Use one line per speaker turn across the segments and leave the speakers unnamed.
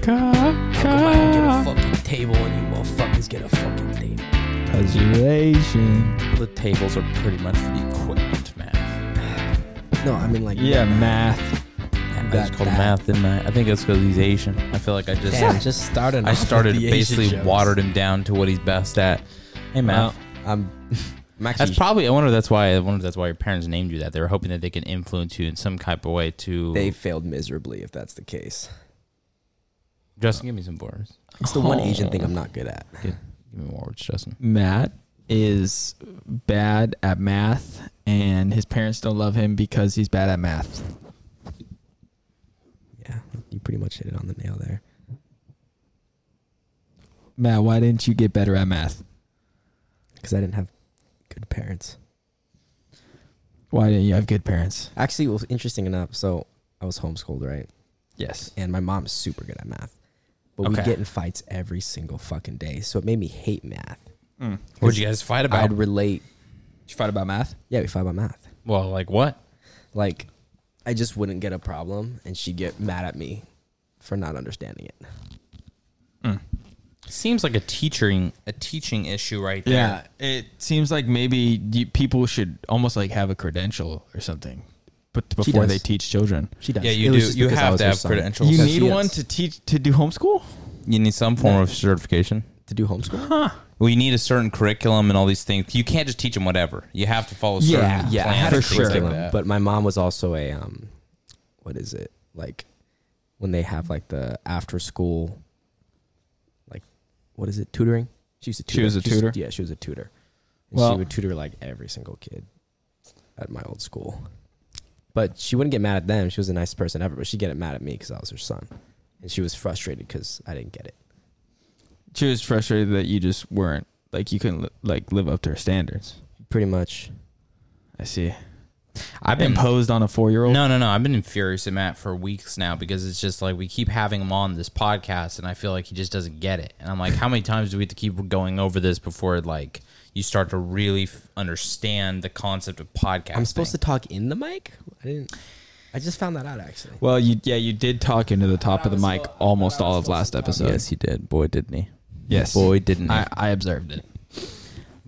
Come out and get a fucking table, and you motherfuckers get a fucking table.
Preservation.
The tables are pretty much the equipment, man.
No, I mean like
Yeah, math.
I
Got
just called
that.
math, didn't I? I think that's because he's Asian. I feel like I just
Damn, just started.
I started basically watered him down to what he's best at. Hey, math.
Wow.
I'm. I'm actually,
That's probably. I wonder. That's why. I wonder. That's why your parents named you that. They were hoping that they can influence you in some type of way to.
they failed miserably. If that's the case,
Justin, give me some words.
it's the one Asian thing I'm not good at.
Give, give me more words, Justin.
Matt is bad at math, and his parents don't love him because he's bad at math.
Yeah, you pretty much hit it on the nail there.
Matt, why didn't you get better at math?
Because I didn't have good parents.
Why didn't you have good parents?
Actually, well, interesting enough. So I was homeschooled, right?
Yes.
And my mom's super good at math, but we
Okay.
get in fights every single fucking day. So it made me hate math.
What'd you guys fight about?
I'd relate.
Did you fight about math?
Yeah, we fight about math.
well, like what?
Like, I just wouldn't get a problem, and she'd get mad at me for not understanding it.
Seems like a teaching a teaching issue right there.
Yeah, it seems like maybe you, people should almost like have a credential or something, but before
does.
they teach children.
She does.
Yeah,
It
you
was
do.
just
You
because I
have
was
to
her
have
son.
credentials.
you
Yes,
need
she
one
is.
to teach to do homeschool.
You need some form of certification.
to do homeschool.
Well, you need a certain curriculum and all these things. You can't just teach them whatever. You have to follow certain
Yeah,
plans
yeah,
and
for
things
sure.
like
curriculum,
that.
but my mom was also a um, what is it like when they have like the after school, like what is it tutoring? She used to tutor.
She was a
used to-
tutor?
yeah, she was a tutor. And
Well-
she would tutor like every single kid at my old school. But she wouldn't get mad at them. She was the nicest person ever. But she'd get mad at me because I was her son, and she was frustrated because I didn't get it.
She was frustrated that you just weren't like you couldn't li- like live up to her standards.
Pretty much.
I see.
I've been
Imposed on a four-year-old.
No, no, no. I've been furious at Matt for weeks now because it's just like we keep having him on this podcast, and I feel like he just doesn't get it. And I'm like, how many times do we have to keep going over this before like you start to really f- understand the concept of podcast?
I'm supposed to talk in the mic. I didn't. I just found that out actually.
Well, you yeah, you did talk into the top of the mic almost all of last episode.
he did. Boy, didn't he?
Yes.
Boy, didn't he?
I, I observed it.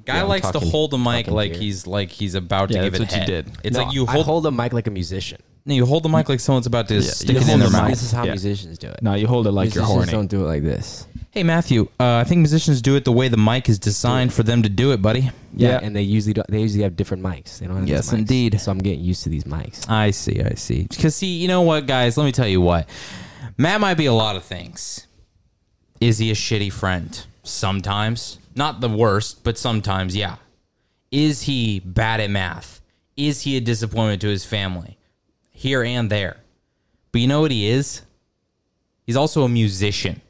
Guy
Yeah, I'm
likes to
talking-
hold the mic
talking
like
here.
he's like he's about
Yeah,
to give it
that's what you
head.
did.
It's
No,
like you
I
hold,
hold a mic like a musician.
no, you hold the mic like someone's about to
you
stick it
hold
in their
the mic.
mouth.
This is how
Yeah.
musicians do it.
No, you hold it like you're
Musicians
horny.
Don't do it like this.
Hey Matthew, uh, I think musicians do it the way the mic is designed for them to do it, buddy.
Yeah,
Yeah.
and they usually do, they usually have different mics. They don't have these
Yes,
mics.
indeed.
So I'm getting used to these mics.
I see, I see. Because see, you know what, guys? Let me tell you what. Matt might be a lot of things. Is he a shitty friend? Sometimes, not the worst, but sometimes, yeah. Is he bad at math? Is he a disappointment to his family? Here and there. But you know what he is? He's also a musician.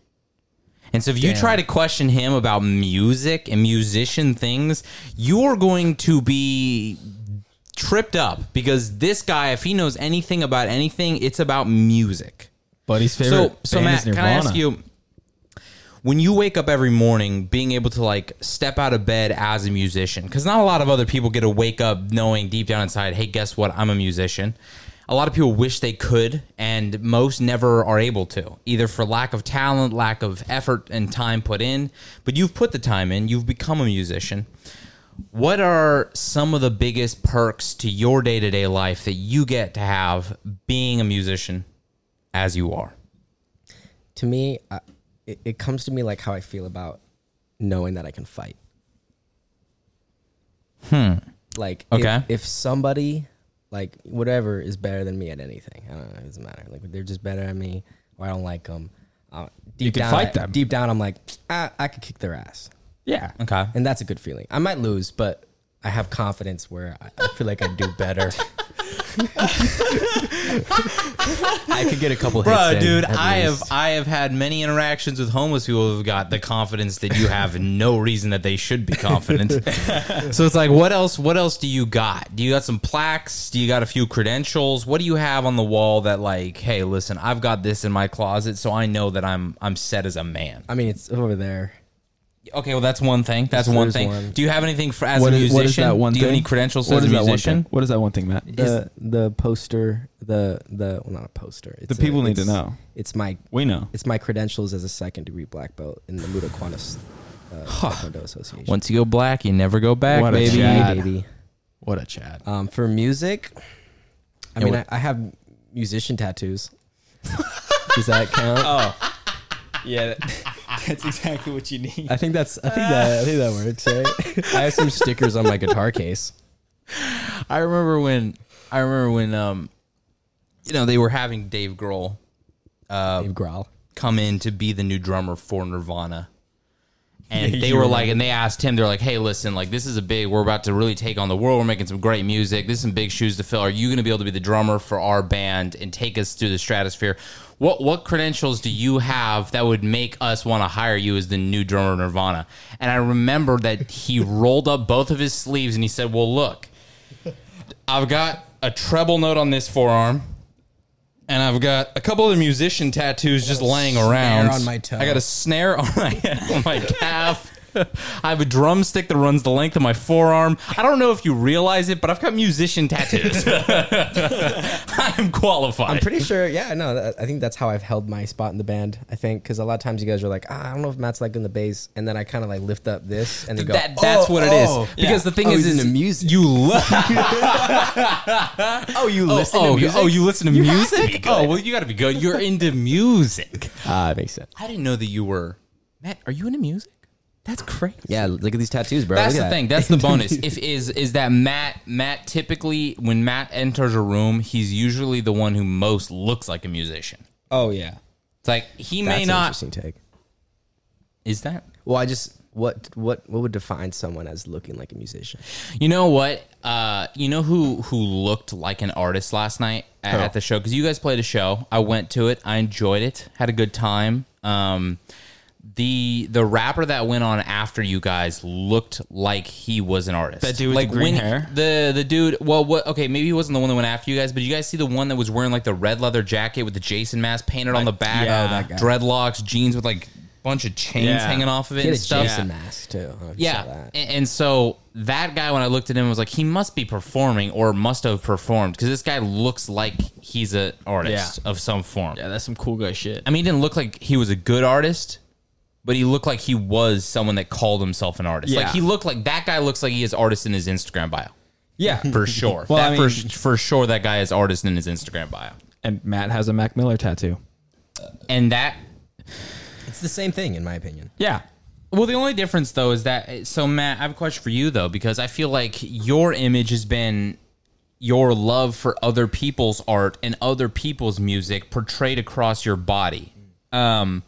And so if you try to question him about music and musician things, you're going to be tripped up because this guy, if he knows anything about anything, it's about music.
Buddy's favorite.
So, so Matt, can I ask you, when you wake up every morning, being able to like step out of bed as a musician, because not a lot of other people get to wake up knowing deep down inside, hey, guess what? I'm a musician. A lot of people wish they could, and most never are able to, either for lack of talent, lack of effort, and time put in. But you've put the time in, you've become a musician. What are some of the biggest perks to your day to day life that you get to have being a musician as you are?
To me, I, it, it comes to me like how I feel about knowing that I can fight. Hmm. Like if-
Okay.
if, somebody like whatever is better than me at anything, I don't know, it doesn't matter. Like they're just better at me, or I don't like them. Uh, deep
can
down,
fight
I-
them.
Deep down, I'm like, ah, I could kick their ass.
Yeah.
Okay.
and that's a good feeling. I might lose, but I have confidence where I- I feel like I do better. I could get a couple hits,
Bro,
in,
dude,
at
I have
least.
I have had many interactions with homeless people who've got the confidence that you have no reason that they should be confident. so it's like, what else? What else do you got? Do you got some plaques? Do you got a few credentials? What do you have on the wall that like, hey, listen, I've got this in my closet, so I know that I'm I'm set as a man.
I mean, it's over there.
Okay, well that's one thing. That's one
There's
thing.
one.
Do you have anything for as
What
a
is-
musician?
what is that one
Do you have
thing?
any credentials
What
as a
is that one
musician?
thing? What is that one thing, Matt?
The, the poster, the the well, not a poster.
the
It's a-
people need to
it's-
know.
It's my
We know.
it's my credentials as a second degree black belt in the Muda Qantas uh, Taekwondo Association.
Once you go black, you never go back,
What a
baby.
Chad.
Hey, baby.
What a chat.
Um, for music, I
Yeah,
mean, I,
what-
I have musician tattoos. Does that count?
Oh. Yeah, that- that's exactly what you need.
I think that's. I think that. I think that works. Right. I have some stickers on my guitar case.
I remember when I remember when um you know they were having Dave Grohl uh
Dave Grohl.
come in to be the new drummer for Nirvana. And
Yeah,
they
you
were
remember.
like, and they asked him, they're like, hey, listen, like, this is a big, we're about to really take on the world. We're making some great music. This is some big shoes to fill. Are you going to be able to be the drummer for our band and take us through the stratosphere? What what credentials do you have that would make us want to hire you as the new drummer of Nirvana? And I remember that he rolled up both of his sleeves and he said, well, look, I've got a treble note on this forearm, and I've got a couple of the musician tattoos just laying around.
on my toe.
I got a snare on my on my calf. I have a drumstick that runs the length of my forearm. I don't know if you realize it, but I've got musician tattoos. I'm qualified.
I'm pretty sure. Yeah, no. that- I think that's how I've held my spot in the band. I think because a lot of times you guys are like, ah, I don't know if Matt's like in the bass, and then I kind of like lift up this and then go.
that, that's
"Oh,
what it is.
oh."
Because the thing
Oh,
is,
he's
is
into music.
you love.
Oh, you listen
oh,
to music.
oh, you listen to music. Oh, well, you got to be good. You're into music.
Ah, it makes sense.
I didn't know that you were. Matt, are you into music? That's crazy.
Yeah, look at these tattoos, bro.
That's
Look
the
at that.
thing. That's the bonus. If is is that Matt Matt typically when Matt enters a room, he's usually the one who most looks like a musician.
Oh yeah.
It's like he
That's
may
an
not
interesting take.
is that.
Well, I just what what what would define someone as looking like a musician?
You know what? Uh, you know who who looked like an artist last night at, at the show because you guys played a show. I went to it. I enjoyed it. Had a good time. Um, the the rapper that went on after you guys looked like he was an artist.
That dude with
like
the green
when-
hair?
The the dude. Well, what? Okay, maybe he wasn't the one that went after you guys, but you guys see the one that was wearing like the red leather jacket with the Jason mask painted on the back,
yeah. Oh, that guy.
dreadlocks, jeans with like bunch of chains
Yeah.
hanging off of it
He
and
had a
stuff.
Jason mask too. I don't know if you saw
Yeah.
that.
And, and so that guy, when I looked at him, I was like, he must be performing or must have performed because this guy looks like he's an artist of some form.
Yeah, that's some cool guy shit.
I mean, he didn't look like he was a good artist, but he looked like he was someone that called himself an artist. Like
Yeah.
he looked like that guy looks like he is artist in his Instagram bio.
Yeah.
For sure.
Well,
that
I
for,
mean-
sh- for sure, that guy is artist in his Instagram bio.
and Matt has a Mac Miller tattoo.
And that
It's the same thing, in my opinion.
Yeah.
Well, the only difference though is that so Matt, I have a question for you though because I feel like your image has been your love for other people's art and other people's music portrayed across your body. Um,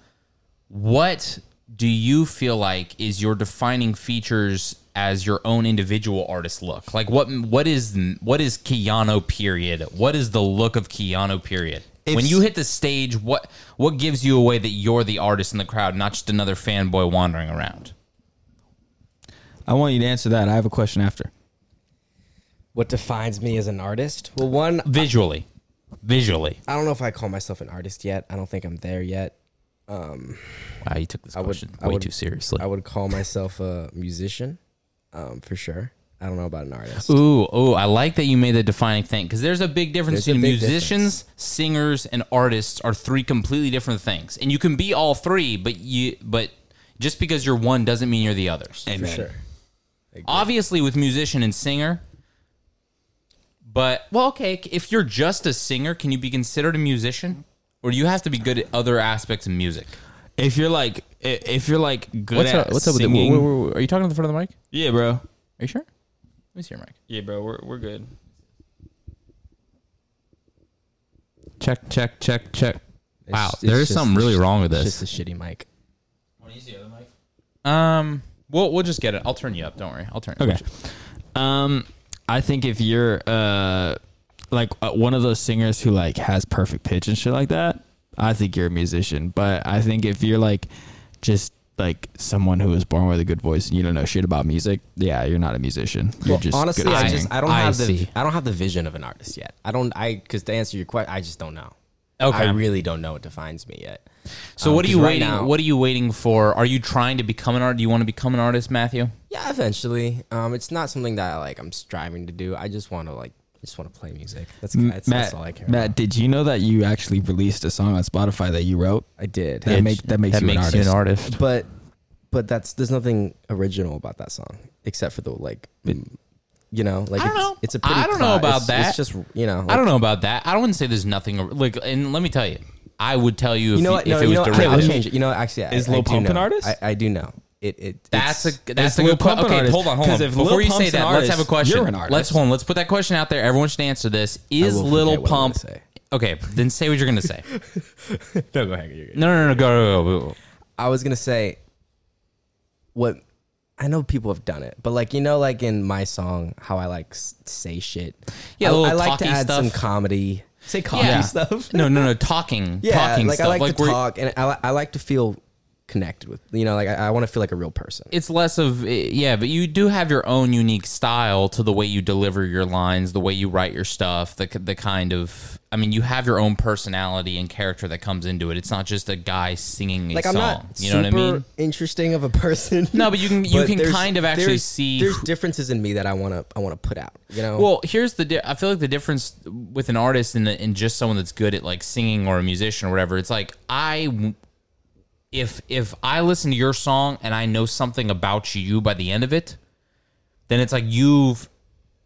what do you feel like is your defining features as your own individual artist look? Like what what is what is Keanu period? What is the look of Keanu period? when you hit the stage, what what gives you away that you're the artist in the crowd, not just another fanboy wandering around?
I want you to answer that. I have a question after.
What defines me as an artist? Well, one,
Visually. Visually.
I don't know if I call myself an artist yet. I don't think I'm there yet.
Wow, you took this
would-
question
I
way
would-
too seriously.
I would call myself a musician, um, for sure. I don't know about an artist.
Ooh, ooh, I like that you made the defining thing because there's a big difference
There's a
between
big
musicians, singers, and artists are three completely different things. And you can be all three, but you but just because you're one doesn't mean you're the others.
for sure.
Obviously with musician and singer, but well, okay, if you're just a singer, can you be considered a musician? Or do you have to be good at other aspects of music?
If you're like, i- if you're like good
What's
at
up, what's up with the,
singing,
wh- wh- wh- Are you talking to the front of the mic?
yeah, bro.
Are you sure? Let me see your mic.
Yeah, bro. We're we're good.
Check, check, check, check. wow,
It's- it's
there is
just
something
the
really
sh-
wrong with
It's
this.
just a shitty mic.
Um, we'll we'll just get it. I'll turn you up. Don't worry. I'll turn. it
Okay.
up.
Um, I think if you're uh like uh, one of those singers who like has perfect pitch and shit like that, I think you're a musician. But I think if you're like just like someone who was born with a good voice and you don't know shit about music, yeah, you're not a musician. You're
Well,
just
honestly,
good at
I
singing.
just I don't
I
have the
see.
I don't have the vision of an artist yet. I don't I because to answer your question, I just don't know.
Okay.
I really don't know what defines me yet.
So
Um,
what are
'cause
you
right
waiting?
now-
what are you waiting for? Are you trying to become an artist? Do you want to become an artist, Matthew?
Yeah, eventually. Um, it's not something that like I'm striving to do. I just want to like, I just want to play music. That's that's, that's all I care.
Matt,
about.
did you know that you actually released a song on Spotify that you wrote?
I did.
That make that makes,
that
you,
makes
an
you an
artist.
artist.
but but that's there's nothing original about that song except for the like, mm, you know, like
I don't
it's,
know.
it's a
I
pretty.
don't know
cla-
about
it's-
that.
It's just you know.
I
like-
don't know about that. I wouldn't say there's nothing like. And let me tell you, I would tell you if,
You know what?
if
No,
it
you know
was
what? I- I'll
derivative.
change it. You know, actually, I-
Is
I,
Lil
do
Pump an
know.
artist?
I, I do know. It it
That's
it's-
a that's
Is
a
Lil
good point.
Pump an
Okay,
artist?
hold on, hold
'Cause
on.
if Lil
Before you
Pump's
say
an
that, let's
artist,
have a question.
you're an artist.
Let's hold on. Let's put that question out there. Everyone should answer this. Is
will
Little
forget what I'm
Pump
gonna
okay? Then say what you're gonna say.
no, go ahead. You're good.
no, no, no, go, go, go, go.
I was gonna say what I know people have done it, but like you know, like in my song, how I like s- say shit.
Yeah,
I,
a little
I like to
talky
add some
stuff.
comedy. Say cocky
Yeah.
stuff.
No, no, no. Talking,
Yeah,
talking
like
stuff.
I like, to
we're-
talk, and I, li- I like to feel connected with. You know, like I, I want to feel like a real person.
it's less of eh, yeah, but you do have your own unique style to the way you deliver your lines, the way you write your stuff, the the kind of I mean, you have your own personality and character that comes into it. It's not just a guy singing a
Like
song.
I'm not
you know
super
what I mean?
interesting of a person.
No, but you can- you can
there's-
kind of actually
there's-
see
there's
who-
differences in me that I want to I want to put out. You know,
Well, here's the. Di- I feel like the difference with an artist and, the, and just someone that's good at like singing or a musician or whatever. It's like I, if if I listen to your song and I know something about you by the end of it, then it's like you've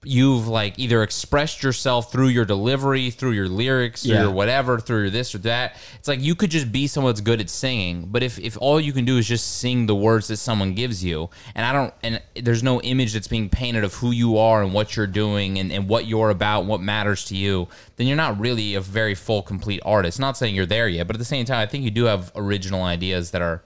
you've like either expressed yourself through your delivery, through your lyrics, through
Yeah.
your whatever, through your this or that. It's like you could just be someone that's good at singing, but if if all you can do is just sing the words that someone gives you, and I don't and there's no image that's being painted of who you are and what you're doing and, and what you're about and what matters to you, then you're not really a very full, complete artist. Not saying you're there yet, but at the same time, I think you do have original ideas that are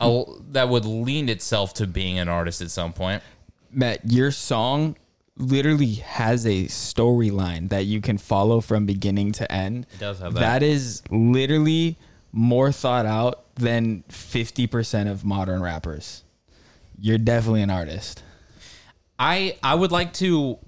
a- that would lean itself to being an artist at some point.
Matt, your song literally has a storyline that you can follow from beginning to end. It
does have that.
That is literally more thought out than 50% of modern rappers. You're definitely an artist.
I I would like to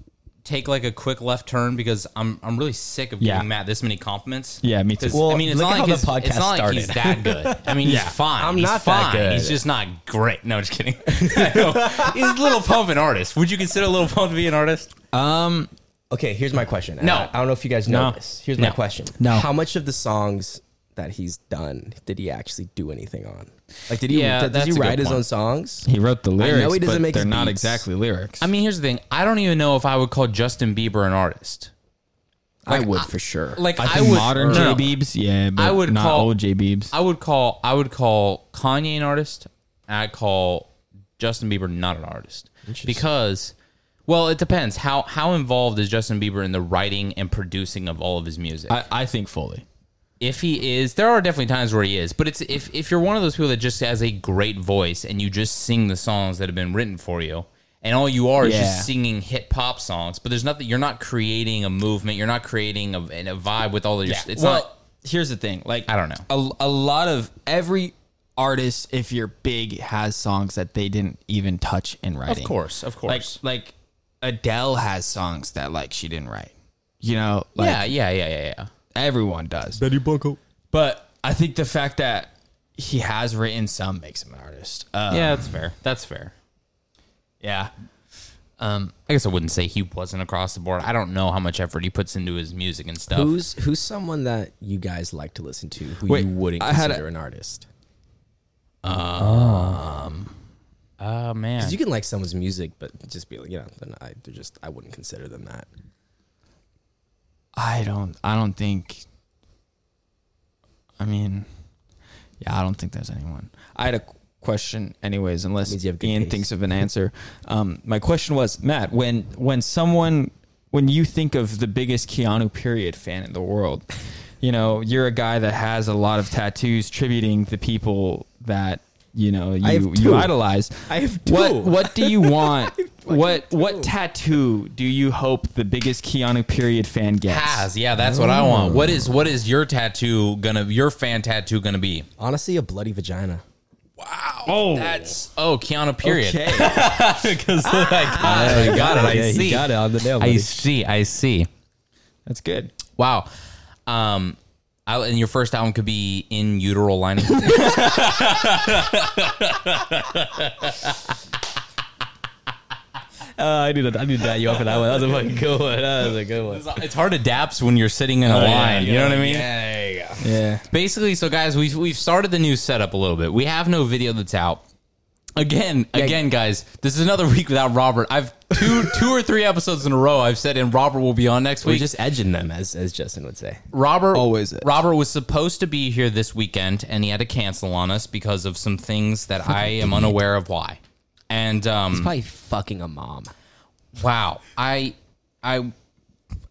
take like a quick left turn because I'm I'm really sick of giving
Yeah.
Matt this many compliments.
Yeah, me too.
'Cause, I
Well,
mean, it's
look
not
at
like
how
his,
the
it's
podcast
not like he's that good. I mean, he's fine. I'm he's not fine.
that good.
He's just not great. No, just kidding. I know. he's a little pump an artist. Would you consider Little Pump to be an artist?
Um,
Okay, here's my question.
No.
I, I don't know if you guys know
No.
this. Here's
No.
my question.
No.
How much of the songs that he's done did he actually do anything on? Like, did he
Yeah,
did, does he
that's a good
write his
point.
own songs?
he wrote the lyrics,
he doesn't
but
make
they're
his
not
beats.
exactly lyrics.
I mean, here's the thing. I don't even know if I would call Justin Bieber an artist.
I would for sure.
Like I,
I think
would
modern
no, no.
J Beebs, yeah, but
I would
not
call-
old J Beebs.
I would call I would call Kanye an artist. And I call Justin Bieber not an artist because, well, it depends how how involved is Justin Bieber in the writing and producing of all of his music.
I, I think fully.
if he is, there are definitely times where he is, but it's if if you're one of those people that just has a great voice and you just sing the songs that have been written for you. And all you are is
Yeah.
just singing hit pop songs, but there's nothing. You're not creating a movement. You're not creating a, a vibe with all of your. It's
well,
not.
here's the thing. Like
I don't know.
A, a lot of every artist, if you're big, has songs that they didn't even touch in writing.
Of course, of
Like
course.
like Adele has songs that like she didn't write. You know, like
yeah, yeah, yeah, yeah, yeah.
everyone does.
Betty Bunko.
But I think the fact that he has written some makes him an artist. Uh,
Yeah, that's fair. That's fair. Um,
yeah.
I guess I wouldn't say he wasn't across the board. I don't know how much effort he puts into his music and stuff.
Who's who's someone that you guys like to listen to who
Wait,
you wouldn't
I had
consider an artist?
Oh
Um,
man,
'Cause you can like someone's music, but just be like, you know, they're, not, they're just I wouldn't consider them that.
I don't. I don't think. I mean, yeah, I don't think there's anyone. I had a qu- question, anyways. Unless
Means you have good
Ian
taste.
thinks of an answer. Um, my question was, Matt, when when someone when you think of the biggest Keanu period fan in the world, you know, you're a guy that has a lot of tattoos, tributing the people that you know
I have
you,
two.
you idolize.
I have two.
What what do you want? what what tattoo do you hope the biggest Keanu period fan gets?
has yeah, that's what I want. What is what is your tattoo gonna your fan tattoo gonna be?
Honestly, a bloody vagina.
Oh, that's oh Keanu period.
Okay.
Because I got it. I
Yeah,
see.
he got it on the nail.
I
buddy.
see. I see.
That's good.
Wow. Um, I, and your first album could be in utero lining.
Uh, I need I need that you up for that one. That was a fucking good one. That was a good one.
it's hard to daps when you're sitting in a
yeah,
line. Oh, you
yeah,
know what I mean?
yeah, Yeah.
Basically, so guys, we've we've started the new setup a little bit. We have no video that's out. Again, again, guys, this is another week without Robert. I've two two or three episodes in a row I've said and Robert will be on next
We're
week.
just edging them, as as Justin would say.
Robert
Always is.
Robert was supposed to be here this weekend, and he had to cancel on us because of some things that I am unaware of why. And um,
Probably fucking a mom.
wow, I, I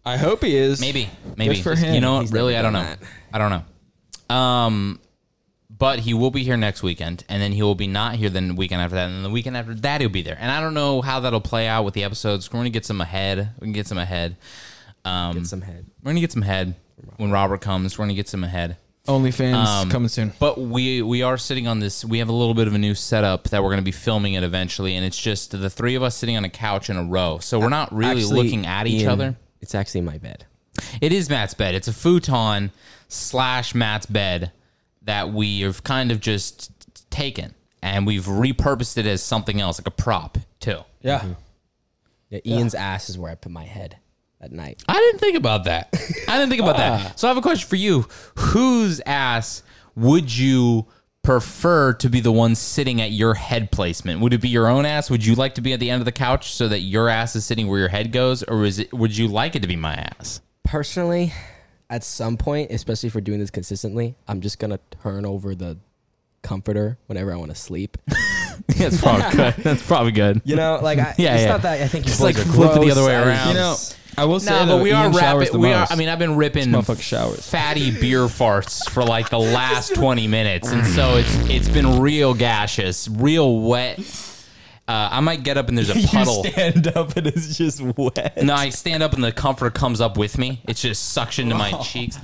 I hope he is.
maybe maybe
for him.
you know what?
He's
really I
never
don't know.
done
I don't know. Um, but he will be here next weekend, and then he will be not here the weekend after that, and then the weekend after that he'll be there. And I don't know how that'll play out with the episodes. We're gonna get some ahead. We can get some ahead. Um,
Some head.
we're gonna get some ahead when Robert comes. We're gonna get some ahead.
OnlyFans
Um,
coming soon.
But we we are sitting on this. We have a little bit of a new setup that we're going to be filming it eventually, and it's just the three of us sitting on a couch in a row. So we're not really
Actually,
looking at each
Ian,
other.
It's actually my bed.
It is Matt's bed. It's a futon slash Matt's bed that we have kind of just taken and we've repurposed it as something else, like a prop too.
Yeah.
Mm-hmm. Yeah, Ian's ass is where I put my head at night.
I didn't think about that. I didn't think about that. So I have a question for you. Whose ass would you prefer to be the one sitting at your head placement? Would it be your own ass? Would you like to be at the end of the couch so that your ass is sitting where your head goes, or is it? Would you like it to be my ass?
Personally, at some point, especially if we're doing this consistently, I'm just gonna turn over the comforter whenever I want to sleep.
That's probably good. That's probably good.
You know, like I,
Yeah,
it's
yeah.
not that I think you
Just,
boys
like,
are
flip it the
gross.
other way
I-
around.
You know, I will say,
No,
though,
but we are
Ian showers the
rapping. We are.
most.
I mean, I've been ripping
motherfucker showers.
fatty beer farts for like the last twenty minutes, and so it's it's been real gaseous, real wet. Uh, I might get up and there's a puddle.
stand up and it's just wet.
No, I stand up and the comforter comes up with me. It's just suction to my cheeks.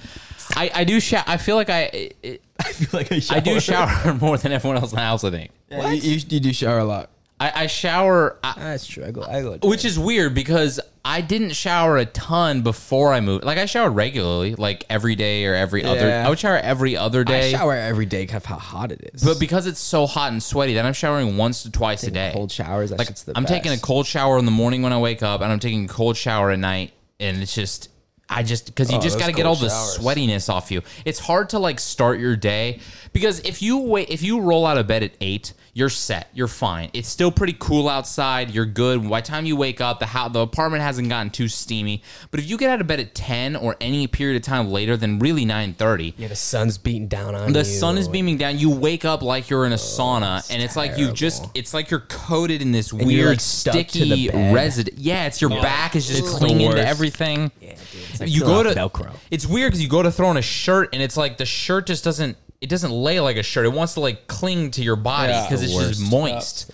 I, I do shower. I feel like I I-
I feel like I shower.
I do shower more than everyone else in the house. I think
You, you, you do shower a lot.
I, I shower. I,
Ah, That's true. I go. I go.
which is weird because I didn't shower a ton before I moved. Like I showered regularly, like every day or every other.
Yeah.
I would shower every other
I
day,
shower every day. 'cause of how hot it is.
but because it's so hot and sweaty, then I'm showering once to twice a day.
cold showers. That
like
shit's the
I'm taking a
best.
cold shower in the morning when I wake up, and I'm taking a cold shower at night, and it's just. I just because you just
Oh, those
got to get all
cold
the
showers.
sweatiness off you. It's hard to like start your day because if you wait, if you roll out of bed at eight, you're set. You're fine. It's still pretty cool outside. You're good. By the time you wake up, the how the apartment hasn't gotten too steamy. But if you get out of bed at ten or any period of time later than really nine thirty,
Yeah, the sun's beating down on
the
you.
sun is beaming down. You wake up like you're in a sauna, and it's like you just,
terrible.
it's like you're coated in this
you're,
weird
like, stuck to
sticky
the bed.
residue. Yeah, it's your back is just clinging to
worst.
everything. Yeah,
like
you go
still
to
on Velcro.
It's weird because you go to throw on a shirt, and it's like the shirt just doesn't, it doesn't lay like a shirt. It wants to like cling to your body
Yeah.
because
The
it's just moist.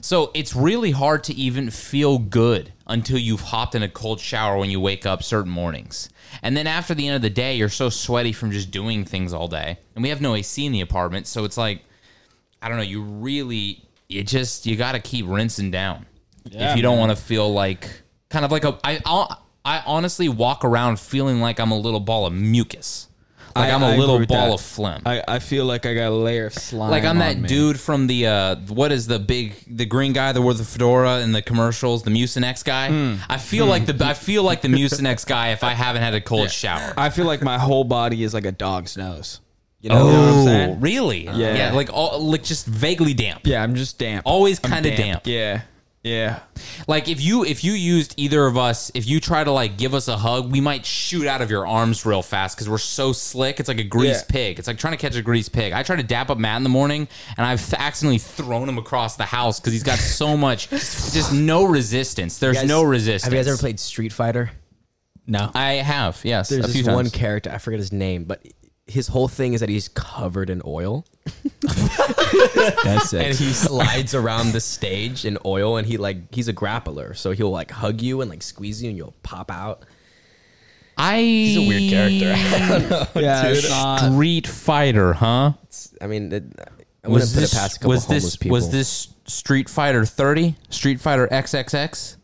So it's really hard to even feel good until you've hopped in a cold shower when you wake up certain mornings. And then after the end of the day, you're so sweaty from just doing things all day. And we have no AC in the apartment, so it's like I don't know, you really you just you got to keep rinsing down. if you don't want to feel like kind of like a I I'll- I honestly walk around feeling like I'm a little ball of mucus. Like
I-
I, am a
I agree
little
with
ball
that.
of phlegm
I, I feel like I got a layer of slime.
like I'm that
on me.
dude from the uh, what is the big the green guy that wore the fedora in the commercials, the Mucinex guy.
Hmm.
I feel like the I feel like the Mucinex guy if I haven't had a cold shower.
I feel like my whole body is like a dog's nose. You know, you know what I'm saying?
Oh, really? Yeah. like all like just vaguely damp.
Yeah, I'm just damp.
Always
I'm
kind of damp.
Yeah. Yeah.
Like if you if you used either of us, if you try to like give us a hug, we might shoot out of your arms real fast because we're so slick. It's like a greased
Yeah.
pig. It's like trying to catch a greased pig. I try to dap up Matt in the morning, and I've accidentally thrown him across the house because he's got so much, just no resistance. There's
Guys,
no resistance.
Have you guys ever played Street Fighter?
No.
I have. Yes,
There's
a
this
few
one
times.
character. I forget his name, but his whole thing is that he's covered in oil.
That's
and
it.
he slides around the stage in oil and he like he's a grappler so he'll like hug you and like squeeze you and you'll pop out
I he's
a weird character.
Yeah. it's not-
Street Fighter, huh?
i mean it, i wouldn't
Was
put
this
it past a couple
was
homeless
this
people
was this Street Fighter 30? Street Fighter XXX?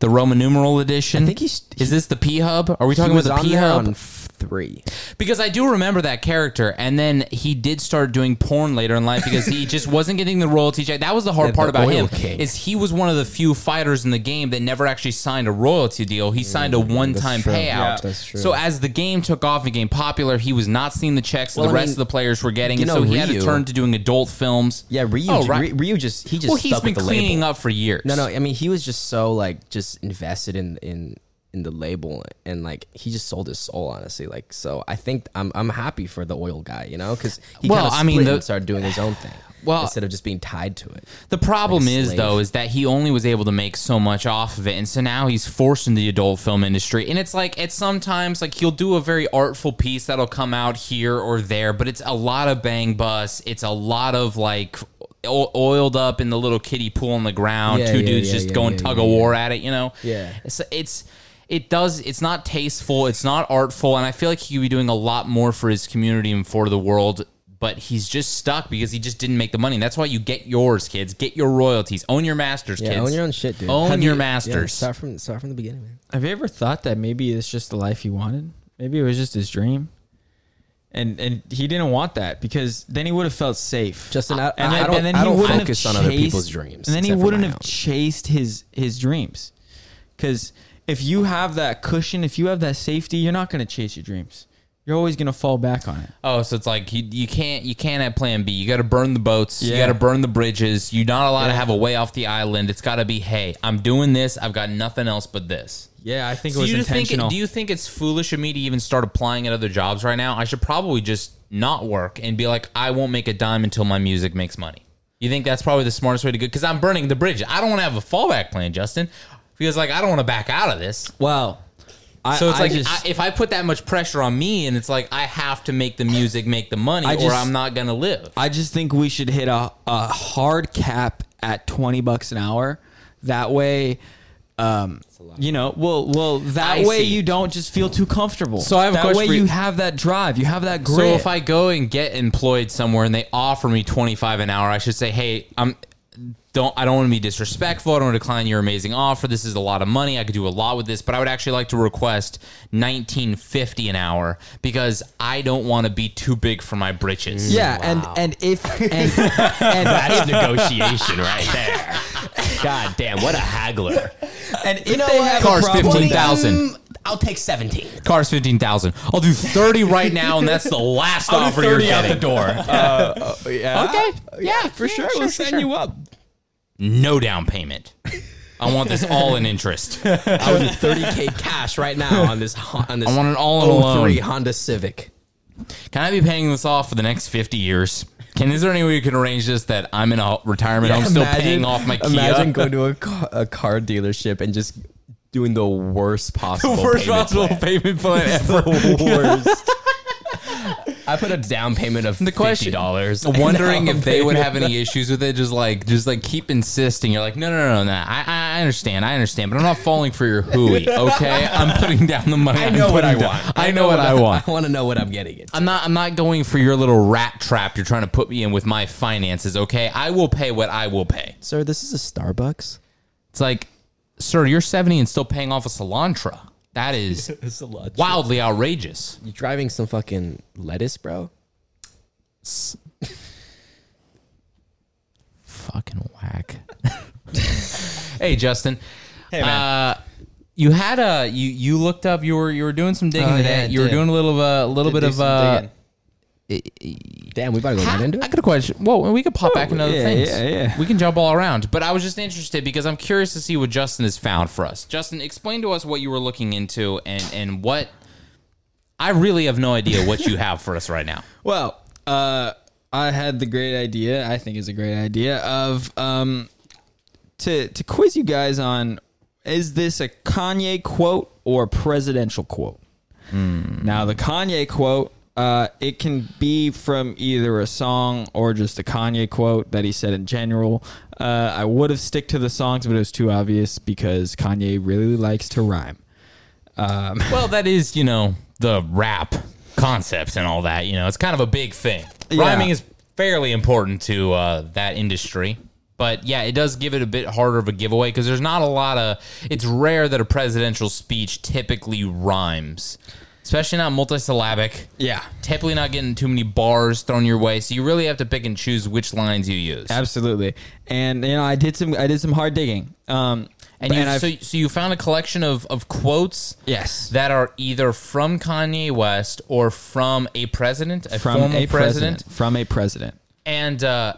the Roman numeral edition.
I think he's-
is this the P Hub? Are we
he
talking
was
about
on
the P
there on
Hub?
f- three.
Because I do remember that character, and then he did start doing porn later in life because he just wasn't getting the royalty check. That was the hard
Yeah,
part
the
about
oil
him
king.
is he was one of the few fighters in the game that never actually signed a royalty deal. He signed a one-time
Mm, true.
payout.
Yeah, that's true.
So as the game took off and became popular, he was not seeing the checks that
Well,
the
I
rest
mean,
of the players were getting,
you
and
know,
so he had to
Ryu-
turn to doing adult films.
Yeah, Ryu.
Oh, right.
Ry- Ryu just he just
well,
stuck
he's
with
been
the
cleaning
label.
up for years.
No, no. I mean, he was just so like just invested in in in the label, and like he just sold his soul, honestly. Like, so I think I'm I'm happy for the oil guy, you know, because he
Well,
kind of
I mean, the-
and started doing his own thing,
Well-
instead of just being tied to it.
The problem
Like a
is
slave.
though is that he only was able to make so much off of it, and so now he's forced into the adult film industry. And it's like it's sometimes like he'll do a very artful piece that'll come out here or there, but it's a lot of bang bus. It's a lot of like o- oiled up in the little kiddie pool on the ground,
Yeah,
two
yeah,
dudes
yeah,
just
yeah,
going
yeah,
tug
yeah,
of
yeah.
war at it. You know,
Yeah.
It's, it's it does. It's not tasteful. It's not artful, and I feel like he could be doing a lot more for his community and for the world but he's just stuck because he just didn't make the money. That's why you get yours, kids. Get your royalties. Own your masters,
Yeah,
kids.
own your own shit, dude.
Own
Have
your
you- Yeah,
masters.
start from start from the beginning, man.
Have you ever thought that maybe it's just the life he wanted? Maybe it was just his dream. And and he didn't want that because then he would have felt safe.
Justin, I-
and
I- I
then-
don't-
and then
I
he
don't
wouldn't have
focus on other
chased-
people's dreams,
And then he
except for
wouldn't
my
have
own.
chased his his dreams. Cuz if you have that cushion, if you have that safety, you're not going to chase your dreams. You're always going to fall back on it.
oh, so it's like you, you can't you can't have plan B. You got to burn the boats. You
Yeah.
got to burn the bridges. You're not allowed to
Yeah.
have a way off the island. It's got to be, hey, I'm doing this. I've got nothing else but this.
Yeah, I think
Do you think it, do you think it's foolish of me to even start applying at other jobs right now? I should probably just not work and be like, I won't make a dime until my music makes money. You think that's probably the smartest way to go? Because I'm burning the bridge. I don't want to have a fallback plan, Justin, because like I don't want to back out of this.
well, I,
So it's
I
like
just-
I, if I put that much pressure on me, and it's like I have to make the music make the money,
I
or
just-
I'm not gonna live.
I just think we should hit a, a hard cap at 20 bucks an hour. That way, um, you know, well, well, that
I
way
see.
you don't just feel too comfortable.
So I have a
that
question
way
for you.
you have that drive, you have that grit.
So if I go and get employed somewhere and they offer me twenty five an hour, I should say, hey, I'm don't I don't want to be disrespectful. I don't want to decline your amazing offer. This is a lot of money. I could do a lot with this, but I would actually like to request nineteen fifty an hour because I don't want to be too big for my britches.
yeah, and and if and, and,
That's negotiation right there. God damn, what a haggler.
and if they have a
Cars
problem,
fifteen thousand.
Mm, I'll take 17.
Cars fifteen thousand. I'll do thirty right now, and that's the last offer you're getting. Out the door. Oh,
okay,
Yeah, for sure. we'll send you up.
No down payment. I want this all in interest.
I would do 30k cash right now on this Hon- on this.
I want an all-in loan.
03 Honda Civic.
Oh, Can I be paying this off for the next 50 years? Can is there any way you can arrange this that I'm in a retirement home still paying off my Kia?
Imagine going to a car, a car dealership and just doing the worst possible.
First
payment
possible
plan.
payment plan ever.
worst. I put a down payment of
The
fifty
question,
dollars.
wondering if they would have any issues with it. Just like, just like keep insisting. You're like, no, no, no, no. no. I, I- I understand, I understand, but I'm not falling for your hooey. Okay, I'm putting down the money.
I
I'm
know what
putting
I
down-
want.
I know what I want.
I want to know what I'm getting. It.
I'm not. I'm not going for your little rat trap. You're trying to put me in with my finances. Okay, I will pay what I will pay.
Sir, this is a Starbucks.
It's like, sir, you're 70 and still paying off a cilantro. That is wildly outrageous.
You driving some fucking lettuce, bro?
Fucking whack. hey, Justin. Hey, man. Uh, you had a you you looked up you were you were doing some digging
Oh, yeah,
today.
I
you were
did.
doing a little of a little bit
Do
of
some
uh
digging.
Damn, we better go
I
right into it.
got a question. Well, we could pop back into other
yeah,
things.
yeah, yeah.
We can jump all around. But I was just interested because I'm curious to see what Justin has found for us. Justin, explain to us what you were looking into and and what I really have no idea what you have for us right now.
Well, uh, I had the great idea. I think is a great idea of um, to to quiz you guys on: is this a Kanye quote or a presidential quote? Now, the Kanye quote. Uh, it can be from either a song or just a Kanye quote that he said in general. Uh, I would have stick to the songs, but it was too obvious because Kanye really likes to rhyme.
Well, that is, you know, the rap concepts and all that. You know, it's kind of a big thing.
Yeah.
Rhyming is fairly important to uh, that industry. But yeah, it does give it a bit harder of a giveaway because there's not a lot of. It's rare that a presidential speech typically rhymes. especially not multisyllabic.
Yeah.
Typically, not getting too many bars thrown your way, so you really have to pick and choose which lines you use.
Absolutely. And you know, I did some I did some hard digging. Um
And, you,
I've-
so, so you found a collection of, of quotes
yes.
that are either from Kanye West or from a president, a
from
former
a president,
president.
from a president.
And uh,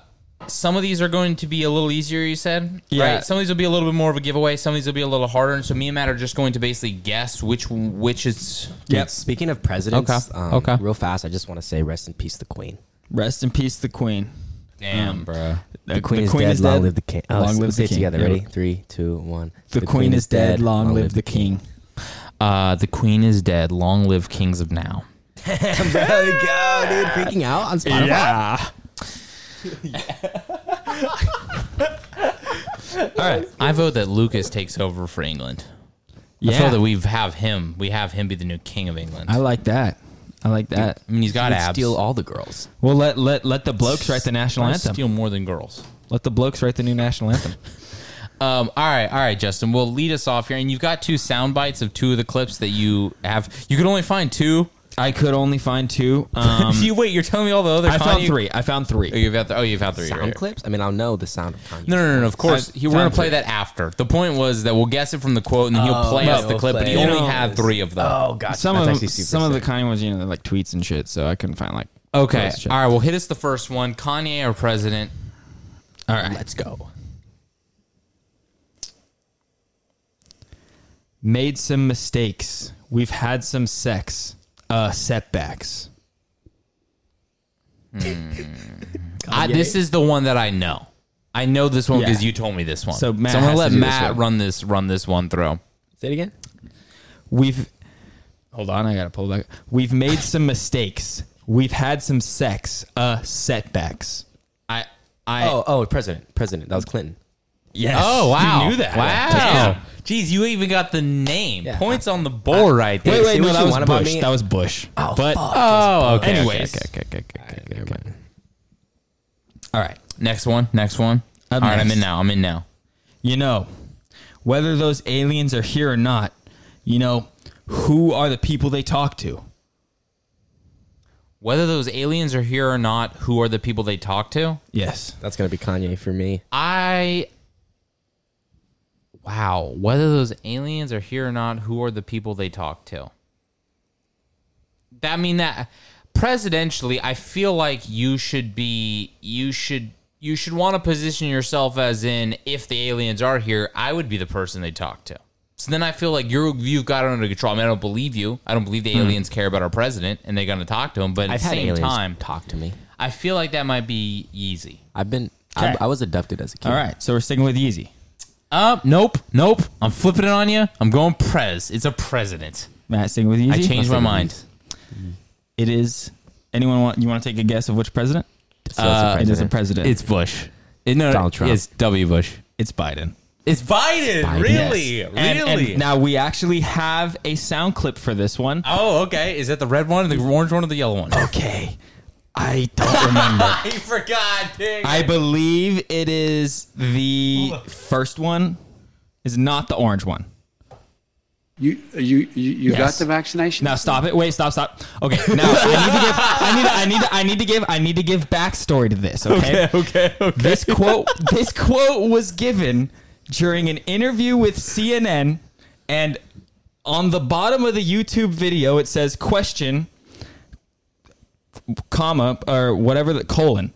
some of these are going to be a little easier, you said?
Yeah.
Right? Some of these will be a little bit more of a giveaway. Some of these will be a little harder. And so me and Matt are just going to basically guess which which is.
Yep.
Speaking of presidents,
Okay,
Um,
okay.
real fast, I just want to say rest in peace, the queen.
Rest in peace the queen. Um,
Damn, bro.
The queen, is, dead, Long live the king. Oh,
Long
let's-
live
let's
the
say it
king.
together.
Yeah.
Ready? Three, two, one.
The, queen, is dead. Long, live the king.
Uh, the queen is dead. Long live kings of now.
there we go, dude. Freaking out on Spotify.
Yeah.
All right. I vote that Lucas takes over for England. I feel that we have him. We have him be the new king of England.
I
I
like that. I like that.
mean, he's got
Would
abs.
Steal all the girls.
Well, let let let the blokes write the national
Guys
anthem.
Steal more than girls.
Let the blokes write the new national anthem.
Um, all right, all right, Justin. We'll lead us off here, and you've got two sound bites of two of the clips that you have. You can only find two.
I could only find two. Um,
you wait. You're telling me all the other.
I found
Kanye-
three. I found
Oh,
three.
you've got. Th- oh, you've found three.
Sound
right.
clips? I mean, I'll know the sound of Kanye.
No, no, no, no. Of course,
I've
he, we're gonna
found
play
three.
that after. The point was that we'll guess it from the quote, and then he'll
Oh,
play
yeah,
us the
we'll
clip. But
play
he
it.
only
You know-
had three of them.
Oh gosh,
Some
that's
of
actually super
some of the
sick.
Kanye ones, you know, they're like tweets and shit. So I couldn't find like.
okay.
Let's check.
All right. Well, hit us the first one. Kanye or president?
All right.
Let's go.
Made some mistakes. We've had some sex. Uh, setbacks.
I, this is the one that I know. I know this one because
Yeah.
you told me this one.
So Matt
I'm gonna
has
let
to do this
Matt
one.
run this run this one through.
Say it again.
We've. Hold on, I gotta pull back. We've made some mistakes. We've had some sex. Uh, setbacks.
I I
Oh, oh, president, president. That was Clinton.
Yes.
Oh wow!
You knew that.
Wow. Jeez, you even got the name.
Yeah.
Points on the board right there.
Wait, wait,
See
no,
what
that
you
was
want about
Bush.
me?
That was Bush. Oh, but
Oh, okay.
okay,
Anyways,
okay, okay, okay, okay, okay, okay, okay.
all right. Next one. Next one.
Up
all right, I'm
next.
in now. I'm in now.
You know, whether those aliens are here or not, you know, who are the people they talk to?
Whether those aliens are here or not, who are the people they talk to?
Yes.
That's gonna be Kanye for me.
I. Wow. Whether those aliens are here or not, who are the people they talk to? That I mean that presidentially, I feel like you should be you should you should want to position yourself as in if the aliens are here, I would be the person they talk to. So then I feel like you're you've got it under control. I mean, I don't believe you. I don't believe the aliens care about our president and they're going to talk to him. But at
Hmm. I've
the
had
same
aliens
time,
talk to me.
I feel like that might be easy.
I've been. I,
Okay.
I was abducted as a kid.
All right. So we're sticking with Yeezy.
Uh, nope, nope. I'm flipping it on you. I'm going Prez. It's a president.
Matt, sticking with Yeezy.
I changed my
Let's
mind.
see. It is. Anyone want? You want to take a guess of which president?
So uh,
It is a president.
It's Bush. It- no,
Donald Trump.
It's W. Bush.
it's Biden.
It's Biden.
Biden.
Really,
Yes.
really.
And- and now we actually have a sound clip for this one.
oh, okay. Is that the red one, the orange one, or the yellow one?
Okay. I don't remember.
I forgot. Dang.
I believe it is the first one. Is not the orange one.
You you you, you
Yes.
got the vaccination?
Now stop it. Wait, stop, stop. Okay, now I need to give I need I need I need to give I need to give backstory to this, okay? Okay, okay. This quote this quote was given during an interview with CNN and on the bottom of the YouTube video it says question comma or whatever the colon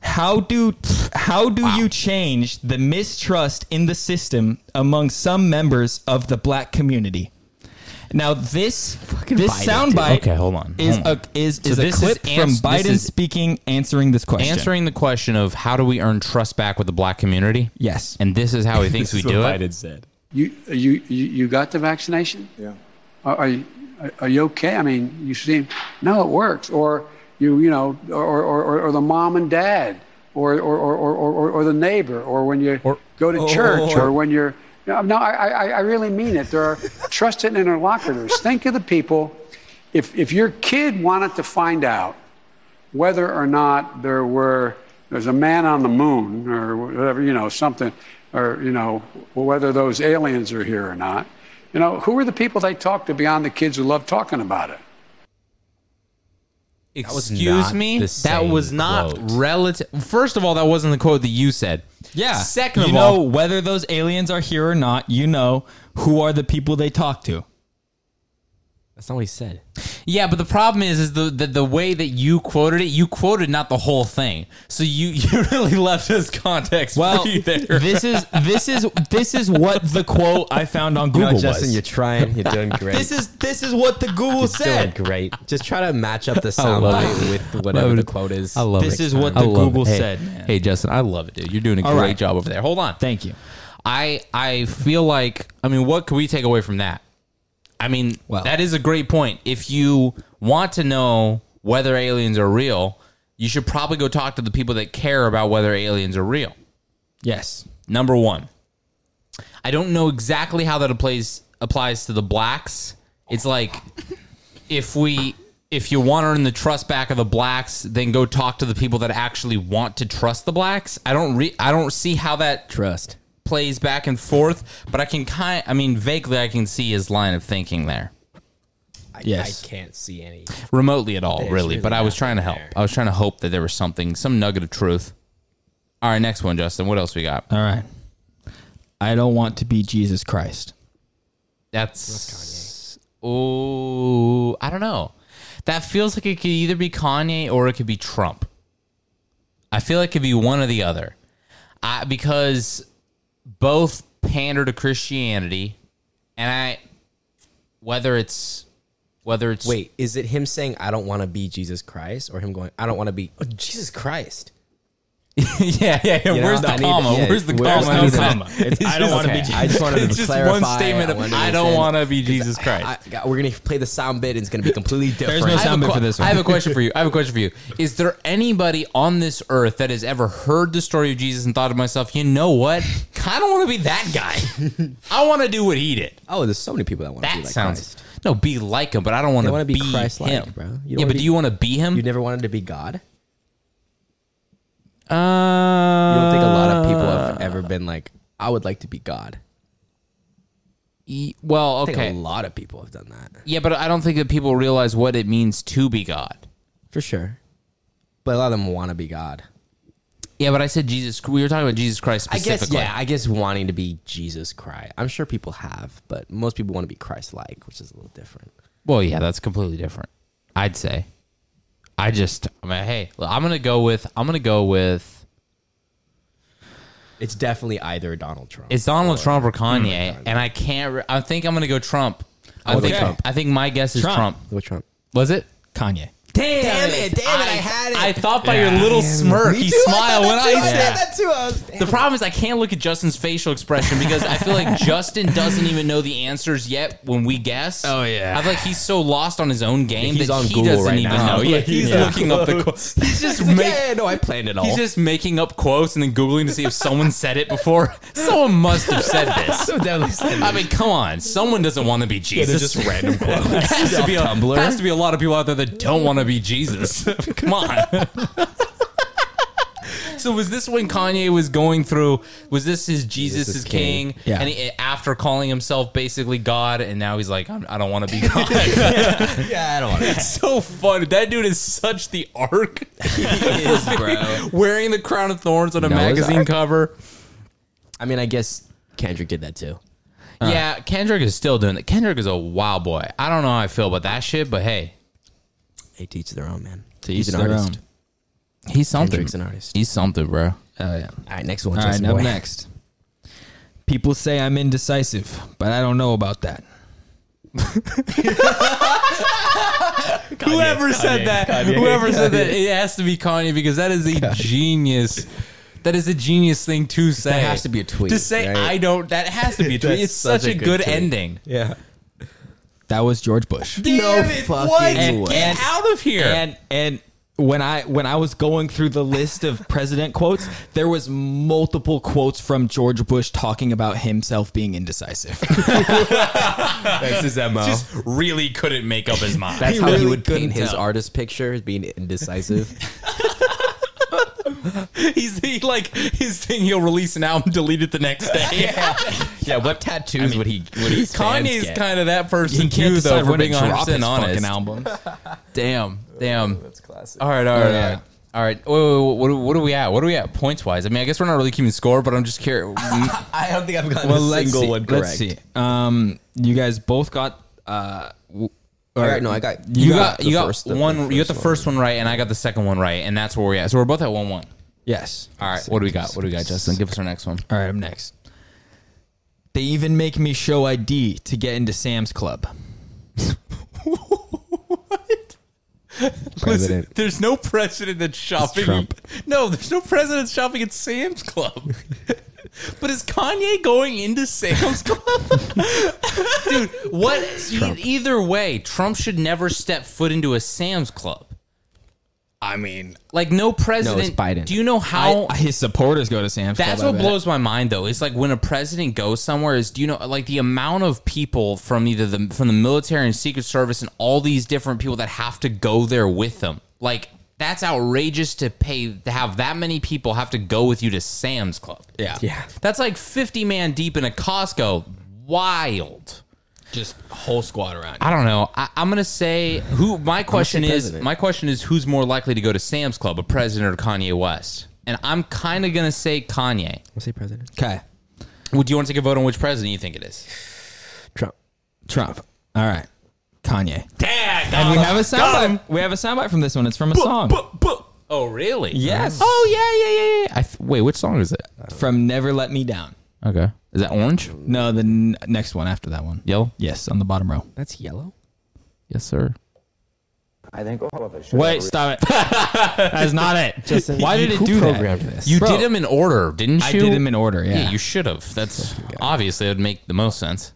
how do how do you change the mistrust in the system among some members of the black community now this this
Biden, dude.
soundbite
Okay, hold on,
is
hold on.
a is, is
this
a
is
clip
ans-
from
this
Biden
is-
speaking answering this question
Answering the question of how do we earn trust back with the black community?
yes
And this is how he thinks we do it.
said.
You you you, you got the vaccination? Yeah. Are, are you are- are you okay? I mean, you seem no, it works. Or you you know, or or, or, or the mom and dad, or or, or, or, or or- or the neighbor, or when you go to church, or when you're no, no I, I I really mean it. There are trusted interlocutors. Think of the people. If if your kid wanted to find out whether or not there were there's a man on the moon or whatever you know something or you know whether those aliens are here or not you know who are the people they talk to beyond the kids who love talking about it
was
Excuse
not
me.
the
That
same
was not
quote.
relative. First of all, that wasn't the quote that you said.
Yeah.
Second
you
of
know
all,
whether those aliens are here or not, you know who are the people they talk to.
That's not what he said.
yeah, but the problem is, is the, the the way that you quoted it, you quoted not the whole thing. So you you really left us context
Well,
free there.
this is this is this is what the quote I found on Google
No, Justin,
was.
you're trying. You're doing great.
this is this is what the Google
doing
said.
great. Just try to match up the soundbite with whatever
Love
the
it.
quote is.
I love
This
it.
is what
I
the
love
Google
it. Hey-
said, man.
Hey, Justin, I love it, dude. You're doing a great
right.
job over there. Hold on.
Thank you.
I I feel like I mean, what can we take away from that? I mean, that is a great point. If you want to know whether aliens are real, you should probably go talk to the people that care about whether aliens are real.
Yes.
Number one, I don't know exactly how that applies applies to the blacks. It's like if we if you want to earn the trust back of the blacks, then go talk to the people that actually want to trust the blacks. I don't re- I don't see how that
trust.
plays back and forth, but I can kind I mean vaguely I can see his line of thinking there.
I,
Yes.
I can't see any.
Remotely at all, really,
really
but I was
nothing
trying to help.
there.
I was trying to hope that there was something, some nugget of truth. All right, next one, Justin. What else we got?
All right. I don't want to be Jesus Christ.
That's Oh, I don't know. That feels like it could either be Kanye or it could be Trump. I feel like it could be one or the other. I because both pander to Christianity and I whether it's whether it's
Wait, is it him saying I don't want to be Jesus Christ, or him going I don't want to be oh, Jesus Christ?
yeah, yeah, yeah.
You know,
where's the
I need to-
comma?
yeah,
where's the
where's
comma?
the
Where's
comma?
I don't want to be Jesus.
I just wanted to
It's just
clarify.
one statement of I don't want to be Jesus Christ.
to. We're gonna play the sound bit. and It's gonna be completely different.
no
I have,
sound bit
a que-
for this
I
one.
have a question for you. I have a question for you. Is there anybody on this earth that has ever heard the story of Jesus and thought to myself, you know what? Kind of want to be that guy. I want to do what he did.
oh, there's so many people that want to
That
be like
sounds
Christ.
no, be like him, but I don't want
They
to
wanna
be,
be Christ-like,
him,
bro. You don't
Yeah,
wanna
but
be-
do you want to be him?
You never wanted to be God.
uh,
You don't think a lot of people have ever been like I would like to be God.
e- well,
I think
okay,
a lot of people have done that
yeah, but I don't think that people realize what it means to be God.
for sure. But a lot of them want to be God.
Yeah, but I said Jesus. We were talking about Jesus Christ
I guess
specifically.
yeah. I guess wanting to be Jesus Christ. I'm sure people have, but most people want to be Christ-like, which is a little different.
Well, yeah, that's completely different. I'd say. I just, I mean, hey, look, I'm gonna go with, I'm gonna go with,
It's definitely either Donald Trump.
it's Donald Trump or
Oh
Kanye, and I can't. Re- I think I'm gonna go Trump. I
would go
think,
Oh, Trump.
I think my guess is Trump.
Trump.
Which Trump?
Was it?
Kanye.
Damn,
it, damn it, I had it.
I thought by your little smirk, he smiled when I said.
that too. I was,
The problem is I can't look at Justin's facial expression because I feel like Justin doesn't even know the answers yet when we guess. Oh
yeah.
I feel like he's so lost on his own game
he's
that
on
he
Google
doesn't
right
even
now.
know. Yeah, he's
Yeah.
looking up the quotes. He's just making
no, I planned it all.
He's just making up quotes and then googling to see if someone said it before. Someone must have said this. I mean, come on, someone doesn't want to be Jesus. just random quotes. has to be a, has to be a lot of people out there that don't want to be Jesus. come on. So was this when Kanye was going through? Was this his Jesus, is King?
Yeah.
And he, after calling himself basically God, and now he's like, I'm, I don't want to be God.
yeah, I don't want to.
It's so funny. That dude is such the arc.
bro.
Wearing the crown of thorns on a
Noah's
magazine
Ark.
cover.
I mean, I guess Kendrick did that too.
Yeah, Kendrick is still doing it. Kendrick is a wild boy. I don't know how I feel about that shit, but hey,
They teach their own, man.
each
He's an
their
artist.
he's something.
Kendrick's an artist.
He's something, bro.
Oh yeah.
All right, next one.
All right,
Justin
up
boy.
next. People say I'm indecisive, but I don't know about that.
Whoever said that, whoever said that, it has to be Kanye because that is a genius. That is a genius thing to say. That
has to be a tweet,
To say
right?
I don't. That has to be a tweet.
That's
it's such,
such
a
a
good,
good tweet.
ending.
Yeah.
That was George Bush.
No fucking
And
way.
get out of here.
And and when I when I was going through the list of president quotes, there was multiple quotes from George Bush talking about himself being indecisive.
This is mo.
just really couldn't make up his mind.
That's how
really
he would
couldn't
paint his
tell.
artist picture as being indecisive.
He's he, like his thing. He'll release an album, delete it the next day.
yeah, what tattoos would he? Would his
Kanye's kind of that person
He
too,
can't
though.
decide
For
when to
being
drop
100
his
honest.
fucking album.
Damn, Damn.
That's classic.
All right, all right, all right. All right. Wait, wait, wait, what, are- what are we at? What are we at points wise? I mean, I guess we're not really keeping score, but I'm just curious.
I don't think I've gotten a
let's
single
see.
one correct.
Let's see. Um, you guys both got. Uh, w-
All
or-
right, no, I got
You,
got
got,
the
you got
first- the
one. you got
first
the first one right, and I got the second one right, and that's where we're at. So we're both at one one.
Yes.
All right. What do we got? What do we got, Justin? Give us our next one.
All right, I'm next. They even make me show ID to get into Sam's Club.
president.
There's no president that's shopping.
Trump.
No, there's no president shopping at Sam's Club. but is Kanye going into Sam's Club? Dude, what? e- either way, Trump should never step foot into a Sam's Club.
I mean,
Like no president.
Biden.
Do you know how?
I- his supporters go to Sam's
that's
Club.
what
I bet.
blows my mind though. It's like when a president goes somewhere is do you know like the amount of people from either the from the military and secret service and all these different people that have to go there with them. Like that's outrageous to pay to have that many people have to go with you to Sam's Club.
Yeah.
Yeah.
That's like 50 man deep in a Costco. Wild.
Just whole squad around.
I don't know. I, I'm gonna say who. My question
say
is.
president.
My question is who's more likely to go to Sam's Club, a president or Kanye West? And I'm kind of gonna say Kanye.
We'll say president.
Okay.
Would you want to take a vote on which president you think it is?
Trump.
Trump. All right. Kanye.
Dad.
we have a soundbite. We have a soundbite from this one. It's from a song.
Oh really?
Yes.
Oh yeah, yeah, yeah, yeah. I th- wait, which song is it?
From Never Let Me Down.
Okay. Is that orange?
No, the n- next one after that one.
Yellow?
Yes, on the bottom row.
That's yellow.
Yes, sir.
Wait, stop it. That's not it.
Justin,
Why did it
who
do that?
programmed this?
You
Bro.
did them in order, didn't you?
I did them in order. Yeah.
Yeah, you should have. That's obviously that would make the most sense.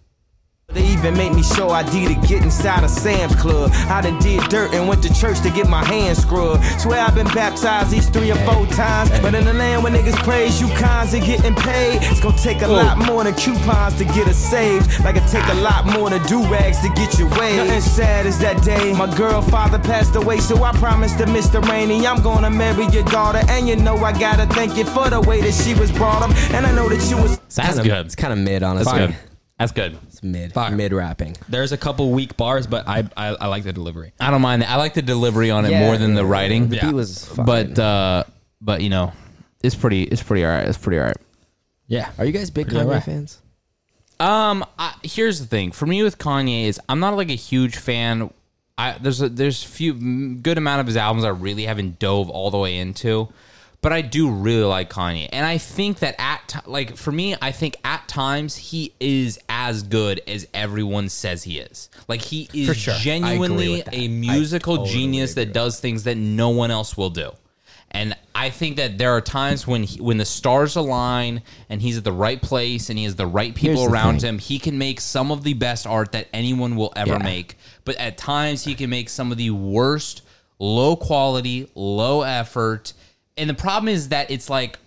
They even make me show ID to get inside a Sam's Club. I done did dirt and went to church to get my hands scrubbed. Swear I've been baptized these three or four times. But in the land where niggas praise you cons and getting paid, it's gonna take a lot more than coupons to get us saved. Like it take a lot more than do rags to get your way. Nothing sad is that day my girl father passed away, so I promised to Mr. Rainey I'm gonna marry your daughter. And you know I gotta thank you for the way that she was brought up. And I know that you was.
That's
Kinda-
good.
It's kind of mid, honestly.
That's good. That's good.
It's mid. Mid rapping.
There's a couple weak bars, but I I, I like the delivery.
I don't mind that. I like the delivery on it
Yeah.
more than the writing.
The beat was fine.
but uh, but you know, it's pretty it's pretty all right. It's pretty all right.
Yeah.
Are you guys big Kanye
alright.
fans?
Um, I, here's the thing for me with Kanye is I'm not like a huge fan. I there's a, there's few m- good amount of his albums I really haven't dove all the way into, but I do really like Kanye, and I think that at t- like for me, I think at times he is as good as everyone says he is. Like he is genuinely a musical genius that does things that no one else will do. And I think that there are times when he, when the stars align and he's at the right place and he has the right people
Here's the
around
thing.
him, he can make some of the best art that anyone will ever make. But at times he can make some of the worst, low quality, low effort. And the problem is that it's like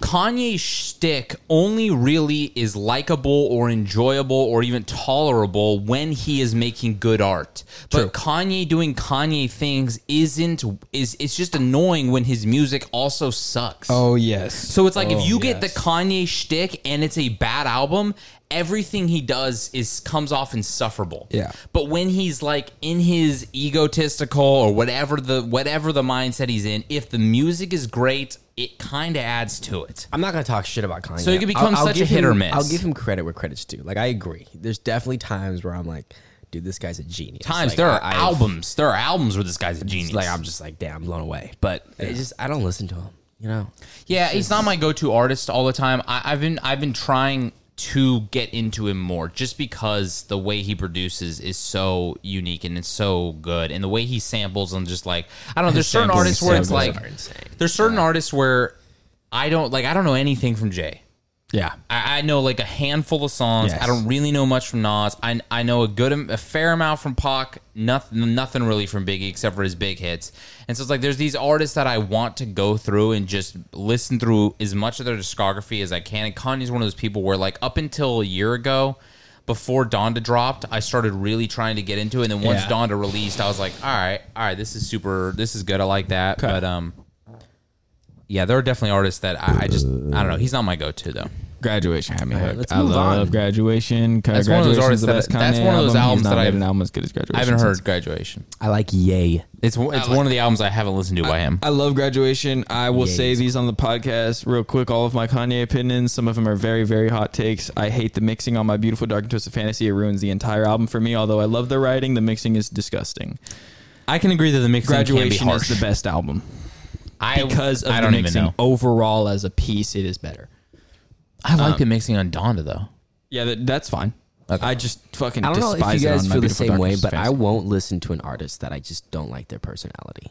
Kanye's shtick only really is likable or enjoyable or even tolerable when he is making good art. But Kanye doing Kanye things isn't is it's just annoying when his music also sucks.
Oh yes.
So it's like if you get the Kanye shtick and it's a bad album, everything he does is comes off insufferable.
Yeah.
But when he's like in his egotistical or whatever the whatever the mindset he's in, if the music is great, it kind of adds to it.
I'm not gonna talk shit about Kanye.
So he could become such a
give
hit
him-
or miss.
I'll give him credit where credit's due. Like I agree. There's definitely times where I'm like, dude, this guy's a genius.
Times
Like,
there are
I- I've-
albums, there are albums where this guy's a genius.
Like I'm just like, damn, I'm blown away. But it's just I don't listen to him. You know,
Yeah, he's not my go-to artist all the time. I, I've been I've been trying to get into him more just because the way he produces is so unique and it's so good, and the way he samples and just like I don't know. There's certain artists where it's like there's certain artists where I don't like I don't know anything from Jay.
Yeah.
I, I know like a handful of songs.
Yes.
I don't really know much from Nas. I I know a good am- a fair amount from Pac. Nothing nothing really from Biggie except for his big hits. And so it's like there's these artists that I want to go through and just listen through as much of their discography as I can. And Kanye's one of those people where like up until a year ago. Before Donda dropped, I started really trying to get into it. And then once
Yeah.
Donda released, I was like, all right, all right, this is super, this is good. I like that. But um, yeah, there are definitely artists that I, I just, I don't know. He's not my go to, though.
Graduation had me
All right,
hooked.
let's
I
move
love
on.
graduation.
That's one of those
graduation is
artists
the
that-
best Kanye
that's one of
album.
those
He's
albums
not
that
made
I've-
an album as good as graduation.
I haven't
since.
heard graduation.
I like Yay.
It's one- it's one of the albums I haven't listened to by him.
I love graduation. I will say these on the podcast real quick. All of my Kanye opinions, some of them are very, very hot takes. I hate the mixing on my beautiful dark and twisted fantasy. It ruins the entire album for me. Although I love the writing, the mixing is disgusting.
I can agree that the mixing
Graduation
can be
is
harsh
the best album
I,
because of
I
the
don't even
mixing.
know.
Overall, as a piece, it is better.
I like the mixing on Donda though.
Yeah, that, that's fine. I just fucking
I don't know
despise
if you
it
guys
on my
feel the
Beautiful
same
Dark
way,
Twisted
but I
Fantasy.
won't listen to an artist that I just don't like their personality.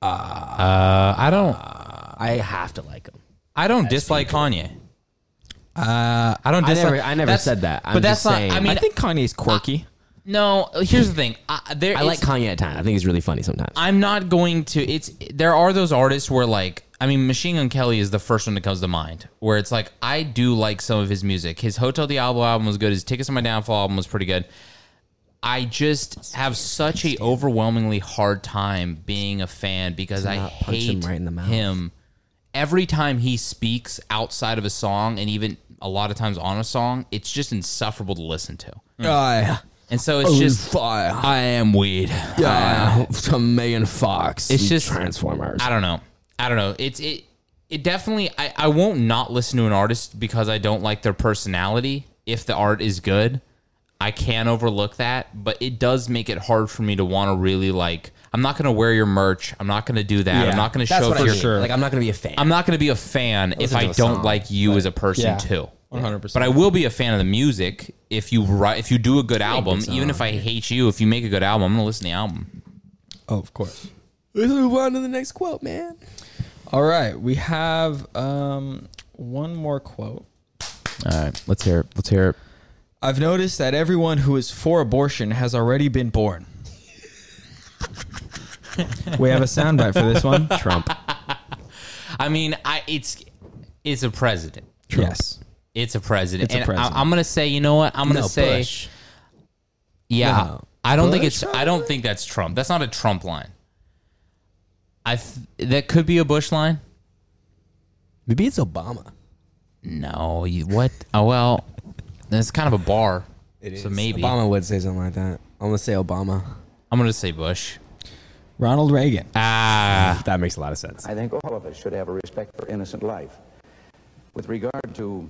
Uh, I don't.
I have to like them.
I don't dislike Kanye. Uh, I don't.
I
Dislike,
never- I never
that's-
said that. I'm
but that's
just
not.
saying-
I mean,
I think Kanye's quirky.
no. Here's the thing. I, there,
I like
it's-
Kanye at times. I think he's really funny sometimes.
I'm not going to. It's there are those artists where like I mean, Machine Gun Kelly is the first one that comes to mind. Where it's like I do like some of his music. His Hotel Diablo album was good. His Tickets to My Downfall album was pretty good. I just have such a overwhelmingly hard time being a fan because I
not punch
hate
him right in the mouth.
him. Every time he speaks outside of a song, and even a lot of times on a song, it's just insufferable to listen to. And so it's just
Uh, oh, fire.
I am weed.
Yeah, to Megan Fox.
It's
and
just-
Transformers.
I don't know. I don't know. It's it. It definitely. I I won't not listen to an artist because I don't like their personality. If the art is good, I can overlook that. But it does make it hard for me to want to really like. I'm not gonna wear your merch. I'm not gonna do that. I'm not gonna
That's
show
what
up
I
to your.
mean. Like I'm not gonna be a fan.
I'm not gonna be a fan if
listen
I
to a
don't
song, Uh-huh.
like you as a person
yeah.
too.
100%.
But I will be a fan of the music if you write, if you do a good album,
good
even
song.
if I hate you. If you make a good album, I'm gonna listen to the album.
Oh, of course.
Let's move on to the next quote, man.
All right, we have um, one more quote.
All right, let's hear it. Let's hear it.
I've noticed that everyone who is for abortion has already been born. we have a soundbite for this one. Trump.
I mean, I it's it's a president.
Yes.
It's a president.
a
and
president.
I, am gonna say, you know what? I'm gonna say, yeah. I don't think it's. I don't think that's Trump. That's not a Trump line. I th- that could be a Bush line.
Maybe it's Obama.
No, you what? Oh well, that's kind of a bar. So maybe
Obama would say something like that. I'm gonna say Obama.
I'm gonna say Bush.
Ronald Reagan.
Ah,
That makes a lot of sense.
I think all of us should have a respect for innocent life. With regard to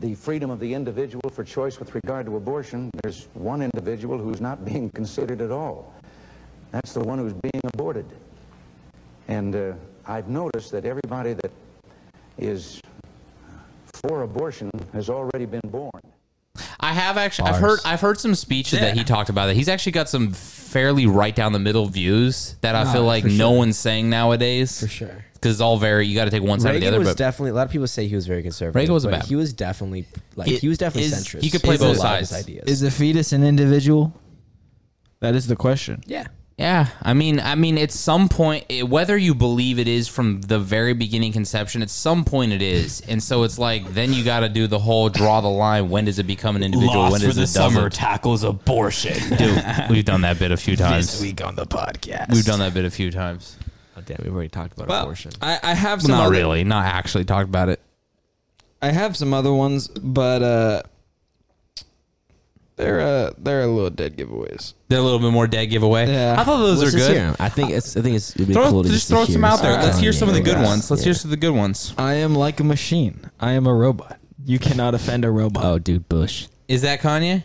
the freedom of the individual for choice with regard to abortion, there's one individual who's not being considered at all. That's the one who's being aborted. And uh, I've noticed that everybody that is for abortion has already been born.
I have actually. I've heard. I've heard some speeches that he talked about. That he's actually got some fairly right down the middle views that I feel like no one's saying nowadays. For
sure.
because it's all very. You got to take one side or
Reagan
the other.
was
But
definitely. A lot of people say he was very conservative.
Reagan was a
but
bad-
He was definitely like
It
he was definitely
is-
centrist.
he could play
Is a
both
lot of his
sides.
Ideas.
Is a fetus an individual? That is the question.
yeah.
yeah, I mean, I mean, at some point, it, whether you believe it is from the very beginning conception, at some point it is, and so it's like then you got to do the whole draw the line. When does it become an individual? when does it doesn't?
tackles abortion.
Dude, we've done that bit a few times.
week on the podcast.
We've done that bit a few times.
Oh damn, we've already talked about abortion.
I, I have some
Not
other,
really. Not actually talked about it.
I have some other ones, but uh, they're uh, they're a little dead giveaways.
They're a little bit more dead giveaway.
Yeah.
I thought those
Let's
were
just
good.
hear 'em. I think it's. I think it's. It'd be
Throw,
cool to
just,
to
throw
hear
some out there. Let's hear some of the
Kanye
good
West.
ones. Let's hear
Oh, Yeah.
some of the good ones.
I am like a machine. I am a robot. You cannot offend a robot.
Oh, dude, Bush.
Is that Kanye?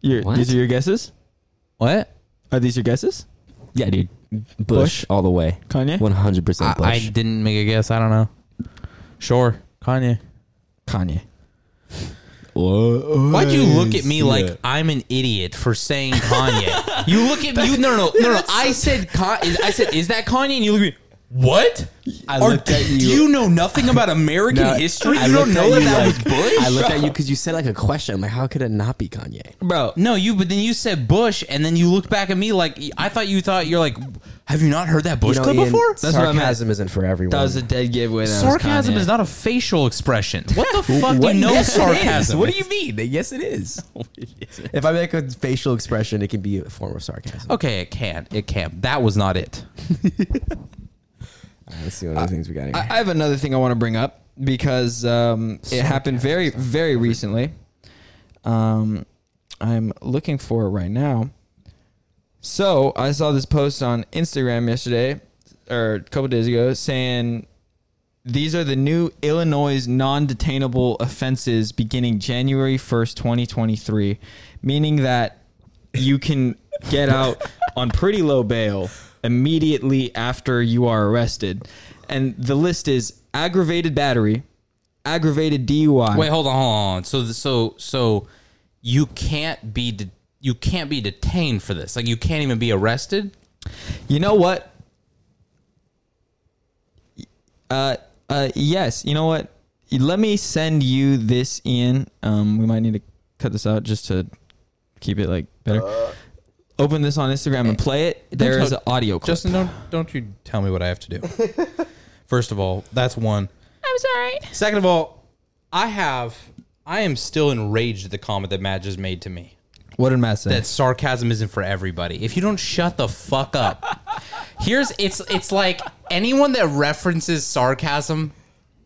Your-
What?
These are your guesses?
What?
Are these your guesses?
Yeah, dude. Bush,
Bush?
all the way.
Kanye?
One hundred
I,
percent Bush.
I didn't make a guess. I don't know. Sure, Kanye.
Kanye.
Why'd you look at me like I'm an idiot for saying Kanye? you look at you. No, no, no, no. no. I said, Con- I said, is that Kanye? And you look at me. What?
I
Are,
looked at
do
you-
you know nothing about American
No,
history?
I
You don't
looked
know
at
that
you
that was
like-
Bush.
I looked at you because you said like a question. I'm like, how could it not be Kanye?
Bro,
No, you. But then you said Bush, and then you looked back at me like I thought you thought you're like. Have you not heard that Bush
You know,
clip
Ian,
before?
That's what I meant.
sarcasm isn't for everyone.
that was a dead giveaway. That was
Sarcasm
Kanye.
is not a facial expression. What the fuck do you know
Yes, it is.
sarcasm?
What do you mean? That- Yes, it is. if I make a facial expression, it can be a form of sarcasm.
Okay, it can. It can. That was not it.
Let's see what other things we got here.
I, I have another thing I want to bring up, because um, it happened very, very recently. Um, I'm looking for it right now. So I saw this post on Instagram yesterday or a couple days ago saying these are the new Illinois non-detainable offenses beginning January 1st, 2023, meaning that you can get out on pretty low bail immediately after you are arrested. And the list is aggravated battery, aggravated DUI.
Wait, hold on, hold on. So, so, so, you can't be de- you can't be detained for this. Like, you can't even be arrested.
You know what? Uh, uh, yes. You know what? Let me send you this, Ian. Um, we might need to cut this out just to keep it like better.
Uh.
Open this on Instagram and play it. There is an audio clip.
Justin, don't don't you tell me what I have to do. First of all, that's one.
I'm sorry.
Second of all, I have I am still enraged at the comment that Matt just made to me.
what did Matt say?
that sarcasm isn't for everybody. If you don't shut the fuck up, here's it's it's like anyone that references sarcasm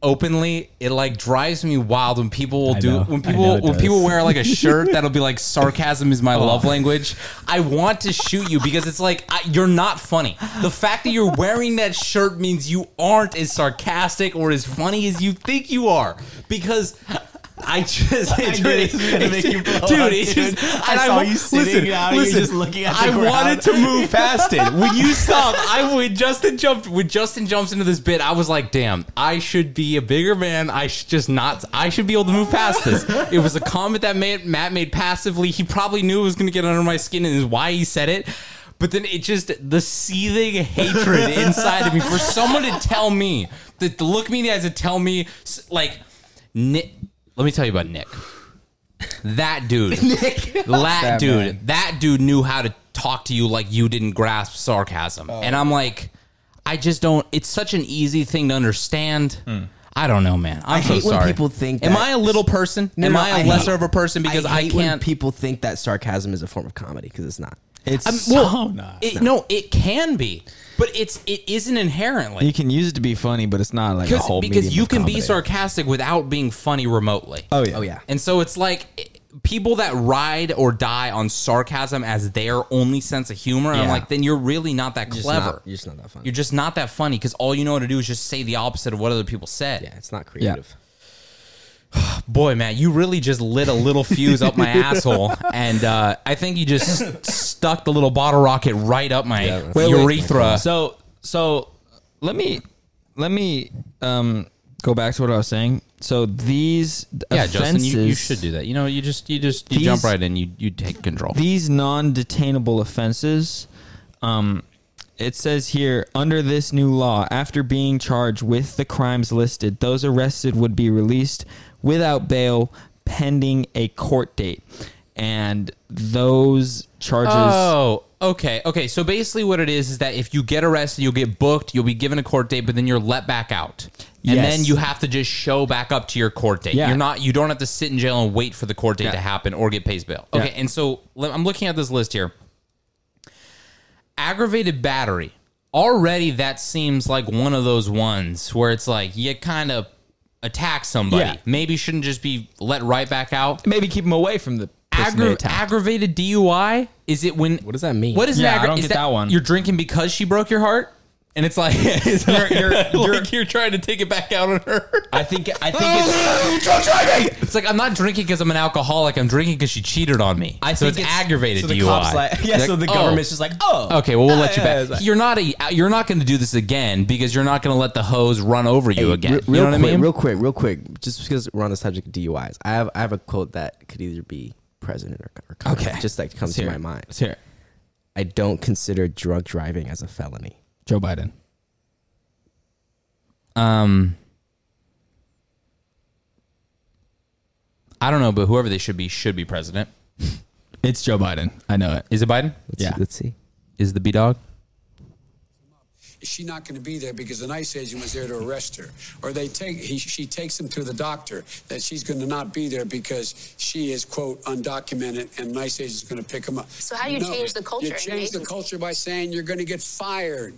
openly, it like drives me wild when people will
I
do
know.
when
I know
people
it
when
does.
people wear like a shirt that'll be like sarcasm is my
Oh.
love language. I want to shoot you because it's like I, you're not funny. The fact that you're wearing that shirt means you aren't as sarcastic or as funny as you think you are because. I just,
I knew this was gonna make you blow up,
dude. It's
dude.
just,
I
and
saw
wa-
you sitting out, you just looking at the
I
ground.
wanted to move past it. When you stop, I when Justin jumped when Justin jumps into this bit, I was like, damn, I should be a bigger man. I should just not I should be able to move past this. It was a comment that made, Matt made passively. He probably knew it was gonna get under my skin and is why he said it. But then it just the seething hatred inside of me for someone to tell me that to look me in the eyes and tell me s- like Nick let me tell you about Nick. That dude. That, dude. That dude knew how to talk to you like you didn't grasp sarcasm.
Oh.
And I'm like, I just don't. It's such an easy thing to understand.
Hmm.
I don't know, man. I'm
I
so
hate when
sorry.
people think
Am
that-
I a little person?
No,
Am
no,
I a
I hate-
lesser of a person because I,
hate when
can't?
people think that sarcasm is a form of comedy because it's not.
Oh,
it's
I'm- well, it, no, it can be, but it's it isn't inherently.
you can use it to be funny, but it's not like a
because
whole
because
medium
you
of
can be
comedy.
sarcastic without being funny remotely.
Oh yeah.
Oh yeah.
And so it's like eh, people that ride or die on sarcasm as their only sense of humor. I'm
Yeah.
like, then you're really not that
Just
clever.
not- you're just not that funny.
You're just not that funny because all you know how to do is just say the opposite of what other people said.
yeah, it's not creative.
Boy, Matt, you really just lit a little fuse up my asshole, and uh, I think you just s- stuck the little bottle rocket right up my urethra.
So so let me let me um go back to what I was saying. So these
yeah,
offenses,
Justin, you, you should do that. You know, you just you just you
These-
jump right in. You you take control.
these non-detainable offenses um it says here under this new law after being charged with the crimes listed those arrested would be released without bail pending a court date and those charges
Oh, okay. Okay. So basically, what it is is that if you get arrested, you'll get booked, you'll be given a court date, but then you're let back out. And
Yes.
then you have to just show back up to your court date.
Yeah.
You're not. You don't have to sit in jail and wait for the court date to happen or get pays bail. Okay.
Yeah.
And so le- I'm looking at this list here. Aggravated battery. Already, that seems like one of those ones where it's like you kind of attack somebody.
Yeah.
Maybe you shouldn't just be let right back out.
maybe keep them away from the person they
Aggra-
attacked.
aggravated DUI is it when
What does that mean?
what is
Yeah,
an aggra-
I don't
is
get that one.
You're drinking because she broke your heart, and it's like it's like- like you're, trying to take it back out on her.
I think I think
Oh,
it's,
It's like I'm not drinking because I'm an alcoholic. I'm drinking because she cheated on me. I so
think
it's,
it's-
aggravated
So the
DUI.
cops like, yeah. So the
oh.
government's just like, oh,
Okay, well we'll let
yeah,
you
it's
back.
like-
you're not a you're not going to do this again because you're not going to let the hose run over you again.
Re-
you know
real
what I
quick,
mean?
real quick, real quick. Just because we're on the subject of DUIs, I have I have a quote that could either be president or, or Congress,
Okay.
just like comes to my mind.
it's here
I don't consider drug driving as a felony.
Joe Biden
um, I don't know, but whoever they should be should be president.
it's Joe Biden I know it
Is it Biden?
Let's,
Yeah.
let's see.
Is the B dog?
she's not going to be there because the ICE agent was there to arrest her. Or they take he, she takes him to the doctor that she's going to not be there because she is quote undocumented and an ICE agent's going to pick him up.
So how do you change the culture
You
in an
change the
agency?
culture by saying you're going to get fired.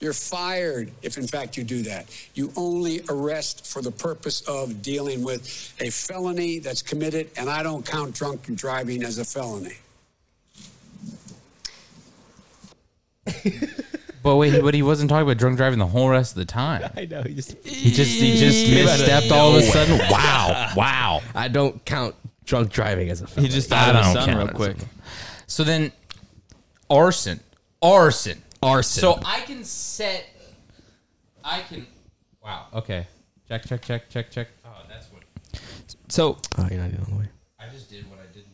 You're fired if, in fact, you do that. You only arrest for the purpose of dealing with a felony that's committed, and I don't count drunk driving as a felony.
But wait, but he wasn't talking about drunk driving the whole rest of the time.
I know. He just
He just he just misstepped all of a sudden. Wow, wow.
I don't count drunk driving as a. Felony.
just thought of his son real quick.
So then, arson, arson,
Arson.
So I can set. I can. Wow. Okay. Check. Check. Check. Check. Check. Oh, that's what
So
Oh, you're not even on the way.
I just did. What I did.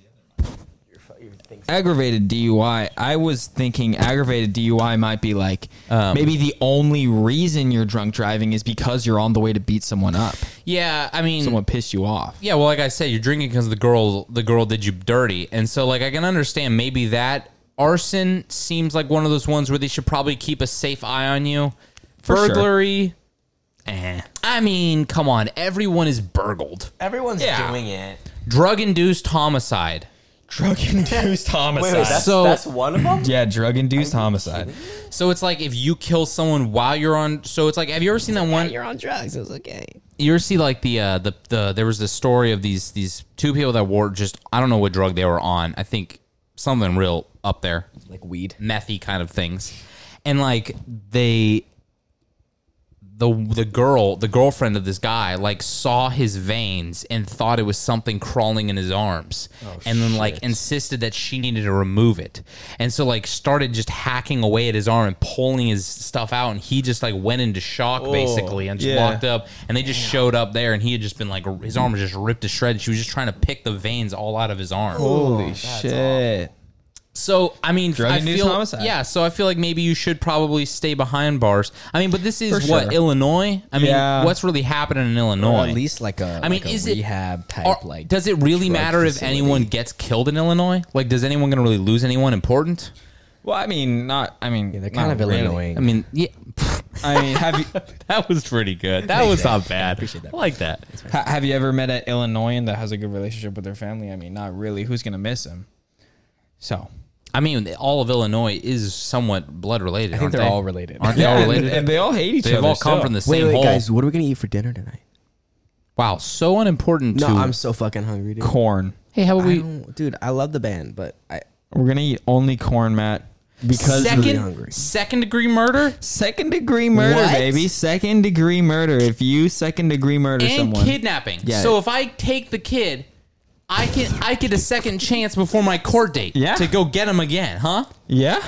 aggravated DUI. I was thinking aggravated DUI might be like maybe the only reason you're drunk driving is because you're on the way to beat someone up.
Hmm.
Yeah. I mean.
Someone pissed you off.
Yeah, well, like I said, you're drinking because the girl the girl did you dirty, and so like I can understand maybe that arson seems like one of those ones where they should probably keep a safe eye on you.
sure.
Burglary, eh. I mean, come on, everyone is burgled.
Everyone's
Yeah.
doing it.
Drug induced homicide.
Drug
Wait,
induced homicide.
wait, that's,
So-
that's one of them?
yeah, drug induced homicide.
So it's like if you kill someone while you're on. So it's like, have you ever seen that one?
on drugs. It was okay.
you ever see like the uh, the the there was this story of these these two people that were just I don't know what drug they were on. I think something real up there,
Like weed.
methy kind of things, and like they the the girl the girlfriend of this guy like saw his veins and thought it was something crawling in his arms
Oh,
and then like insisted that she needed to remove it and so like started just hacking away at his arm and pulling his stuff out and he just like went into shock basically and just
yeah.
walked up and they just showed up there and he had just been like r- his arm was just ripped to shreds she was just trying to pick the veins all out of his arm
Holy shit.
so I mean,
Drug
I
induced
feel
homicide.
yeah. So I feel like maybe you should probably stay behind bars. I mean, but this is
For
what
sure.
Illinois. I mean,
Yeah.
what's really happening in Illinois?
Or at least like a.
I mean,
like a
is it-
rehab type?
Are-
like,
does it really
drug
matter if
facility?
anyone gets killed in Illinois? Like, does anyone going to really lose anyone important?
Well, I mean, not. I mean,
They're kind of Illinois.
I mean, yeah,
I mean, have you
That was pretty good. That was not bad. I
appreciate that.
like that.
ha- have you ever met an Illinoisan that has a good relationship with their family? I mean, not really. Who's gonna miss him? So
I mean, all of Illinois is somewhat blood related.
I think
aren't
they're
they?
all related.
Aren't they all
and,
related?
and they all hate each
They've
other.
all come
still.
from the
wait,
same
wait,
hole.
guys. What are we gonna eat for dinner tonight?
Wow, so unimportant.
No,
to,
I'm so fucking hungry, dude.
corn.
Hey, how about
I
we?
don't- dude, I love the band, but I
We're gonna eat only corn, Matt. Because
really
Second,
hungry.
second degree murder
second degree murder,
What?
baby. Second degree murder. If you second degree murder
and
someone,
kidnapping.
Yeah.
So if I take the kid, I can I get a second chance before my court date.
Yeah.
To go get him again, huh?
yeah,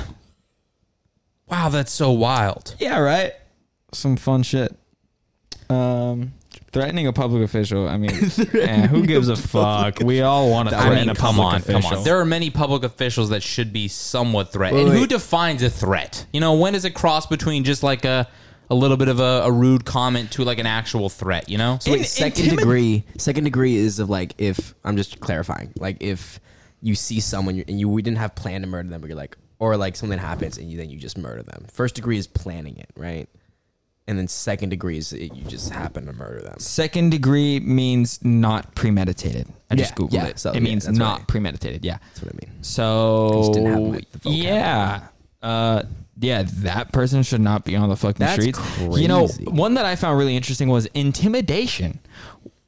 Wow, that's so wild.
yeah, right. Some fun shit. Um, threatening a public official. I mean, eh, who gives a fuck? We all want to
I
threaten
mean,
a
come
public
on,
official.
come on. There are many public officials that should be somewhat threatened.
Wait,
And who
wait.
defines a threat? You know, when does it cross between just like a a little bit of a, a rude comment to like an actual threat? You know,
Wait, second degree. Second degree is of like if I'm just clarifying, like if you see someone and you we didn't have plan to murder them, but you're like, or like something happens and you then you just murder them. First degree is planning it, right? And then second degree is it, you just happen to murder them.
Second degree means not premeditated. I just
Yeah,
googled
yeah,
it.
so,
it
yeah,
means
that's
not
right.
premeditated. Yeah.
That's what I mean.
So
just didn't have, like, the vocab.
yeah, uh, yeah, that person should not be on the fucking
That's
streets. You know,
crazy.
one that I found really interesting was intimidation.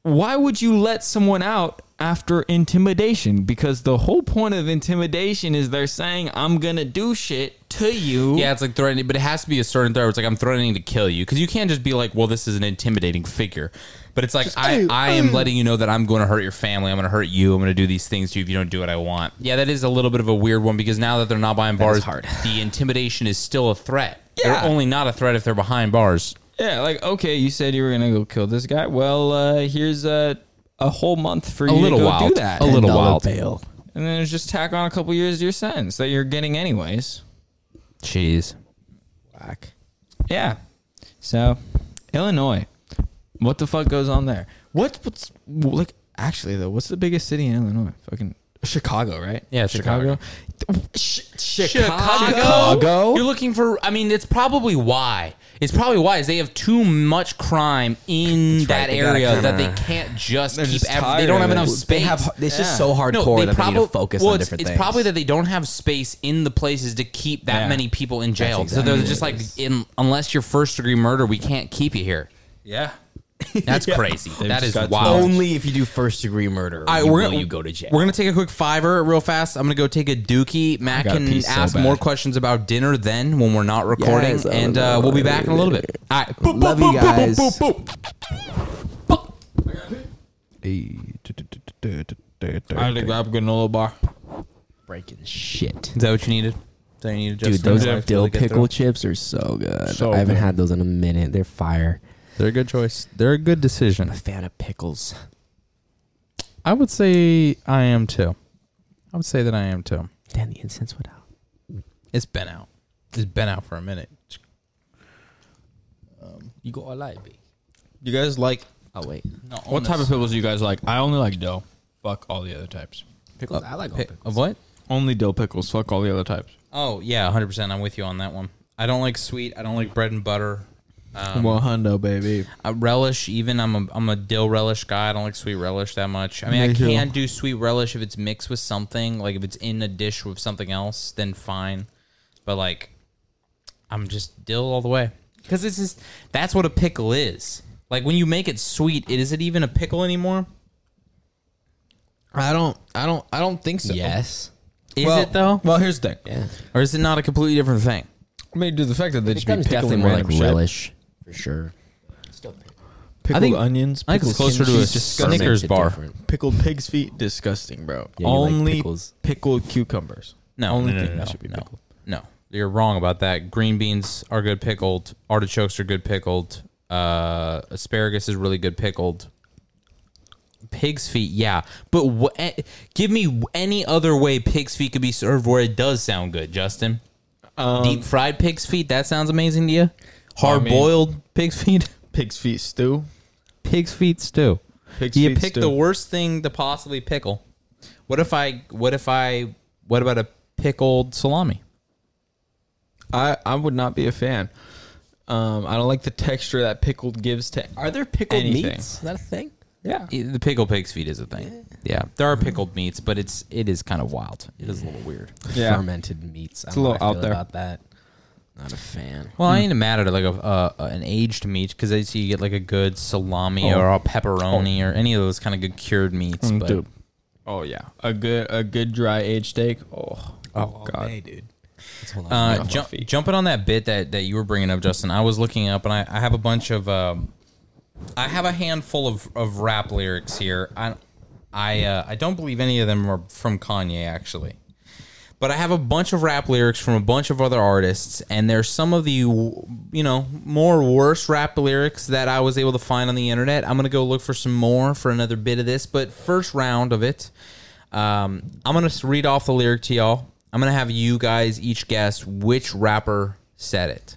Why would you let someone out after intimidation? Because the whole point of intimidation is they're saying, "I'm gonna do shit to you."
Yeah, it's like threatening, but it has to be a certain threat. Where it's like I'm threatening to kill you because you can't just be like, "Well, this is an intimidating figure." But it's like I, I
um,
am letting you know that I'm going to hurt your family. I'm going to hurt you. I'm going to do these things to you if you don't do what I want. Yeah, that is a little bit of a weird one because now that they're not behind bars,
hard.
the intimidation is still a threat.
Yeah.
They're only not a threat if they're behind bars.
yeah. Like, okay, you said you were gonna go kill this guy. Well, uh, here's a a whole month for you
little
to go
wild.
do that.
A little
$10
wild.
bail.
and then just tack on a couple years to your sentence that you're getting anyways.
Jeez.
Whack.
Yeah. So, Illinois, what the fuck goes on there? What what's like? Actually, though, what's the biggest city in Illinois? Fucking Chicago, right?
Yeah, Chicago.
Sh-
Chicago?
Chicago?
You're looking for. I mean, it's probably why. It's probably why is they have too much crime in that
they gotta
area that
kinda-
they can't just
They're
keep.
just
ev-
tired
they don't
of
have
it.
enough
They
space.
have- it's just so hardcore that they need to
probab-
focus
well,
on
it's,
different
it's
things.
probably that they don't have space in the places to keep that
Yeah.
many people in jail.
exactly
so
what
they're just
it
like,
is.
in, unless you're first degree murder, we can't keep you here. Yeah, that's crazy. that is wild.
Only if you do first degree murder,
All right,
you,
we're
will
gonna-
you go to jail.
We're gonna take a quick fiver real fast. I'm gonna go take a dookie. Matt
gotta
can
pee so
ask
bad.
more questions about dinner then when we're not recording,
Yes, I
and
love
uh, we'll be back in a little bit. All right, Boop, boop,
Love you
boop, boop,
guys.
boop, boop, boop.
I had to grab a granola bar.
Breaking shit.
Is that what you needed? Is that what you needed
Dude,
just
those
now?
dill
To get
pickle
through?
chips are so good.
So
I haven't
good.
had those in a minute. They're fire.
They're a good choice. They're a good decision.
I'm a fan of pickles.
I would say I am too. I would say that I am too.
Damn, the incense went out.
It's been out. It's been out for a minute. Um, you got a light, B.
You guys like
Oh wait,
No,
What type of pickles do you guys like? I only like dill. Fuck all the other types.
pickles? I like all pickles.
of what?
Only dill pickles. Fuck all the other types.
Oh yeah, hundred percent. I'm with you on that one. I don't like sweet. I don't like bread and butter. Um,
well, hundo baby.
I relish even. I'm a I'm a dill relish guy. I don't like sweet relish that much. I mean, I
Me too.
can do sweet relish if it's mixed with something. Like if it's in a dish with something else, then fine. But like, I'm just dill all the way because it's just that's what a pickle is. Like when you make it sweet, it is it even a pickle anymore?
I don't. I don't. I don't think so.
Yes.
Is
Well-
it though,
Well, here's the thing.
Yeah.
or is it not a completely different thing?
I mean, dude, the fact that they
It
just be
becomes
pickling
definitely more like
random shit.
relish for sure.
Pickled
think-
onions.
I think it's
pickled
closer
kin
to a
cheese,
Snickers
disgusting.
Fermented
bar.
different.
Pickled pig's feet, disgusting, bro.
Yeah, you like
Only
pickles.
pickled cucumbers.
No,
Only
no, no,
thing
no,
that
no,
should be
no.
pickled.
No, you're wrong about that. Green beans are good pickled. Artichokes are good pickled. Uh, asparagus is really good pickled. Pig's feet, yeah, but wh- eh, give me any other way pig's feet could be served where it does sound good, Justin.
Um,
Deep fried pig's feet, that sounds amazing to you. Hard boiled pig's feet,
Pig's feet stew.
pig's feet stew.
Pig's
you
feet
pick
stew.
the worst thing to possibly pickle. What if I? What if I? What about a pickled salami?
I I would not be a fan. Um, I don't like the texture that pickled gives to.
Are there pickled
Anything.
meats? Is that a thing?
Yeah.
Yeah, E, The pickled pig's feet is a thing. Yeah, there are pickled meats, but it's it is kind of wild. It is a little weird.
Yeah.
Fermented meats.
It's
I don't
a
know
little
how I
out
feel
there.
about that. Not a fan.
Well, I ain't mad at it like a uh, an aged meat because I see you get like a good
Oh.
salami or a pepperoni or any of those kind of good cured meats.
Mm,
but
dude. Oh yeah, a good a good dry aged steak. Oh, oh god,
dude.
uh,
off
ju-
my feet.
jumping on that bit that that you were bringing up, Justin, I was looking up and I, I have a bunch of um, I have a handful of of rap lyrics here. I I uh, I don't believe any of them are from Kanye actually. but I have a bunch of rap lyrics from a bunch of other artists, and there's some of the you know more worse rap lyrics that I was able to find on the internet. I'm gonna go look for some more for another bit of this, but first round of it, um, I'm gonna s- read off the lyric to y'all. I'm gonna have you guys each guess which rapper said it.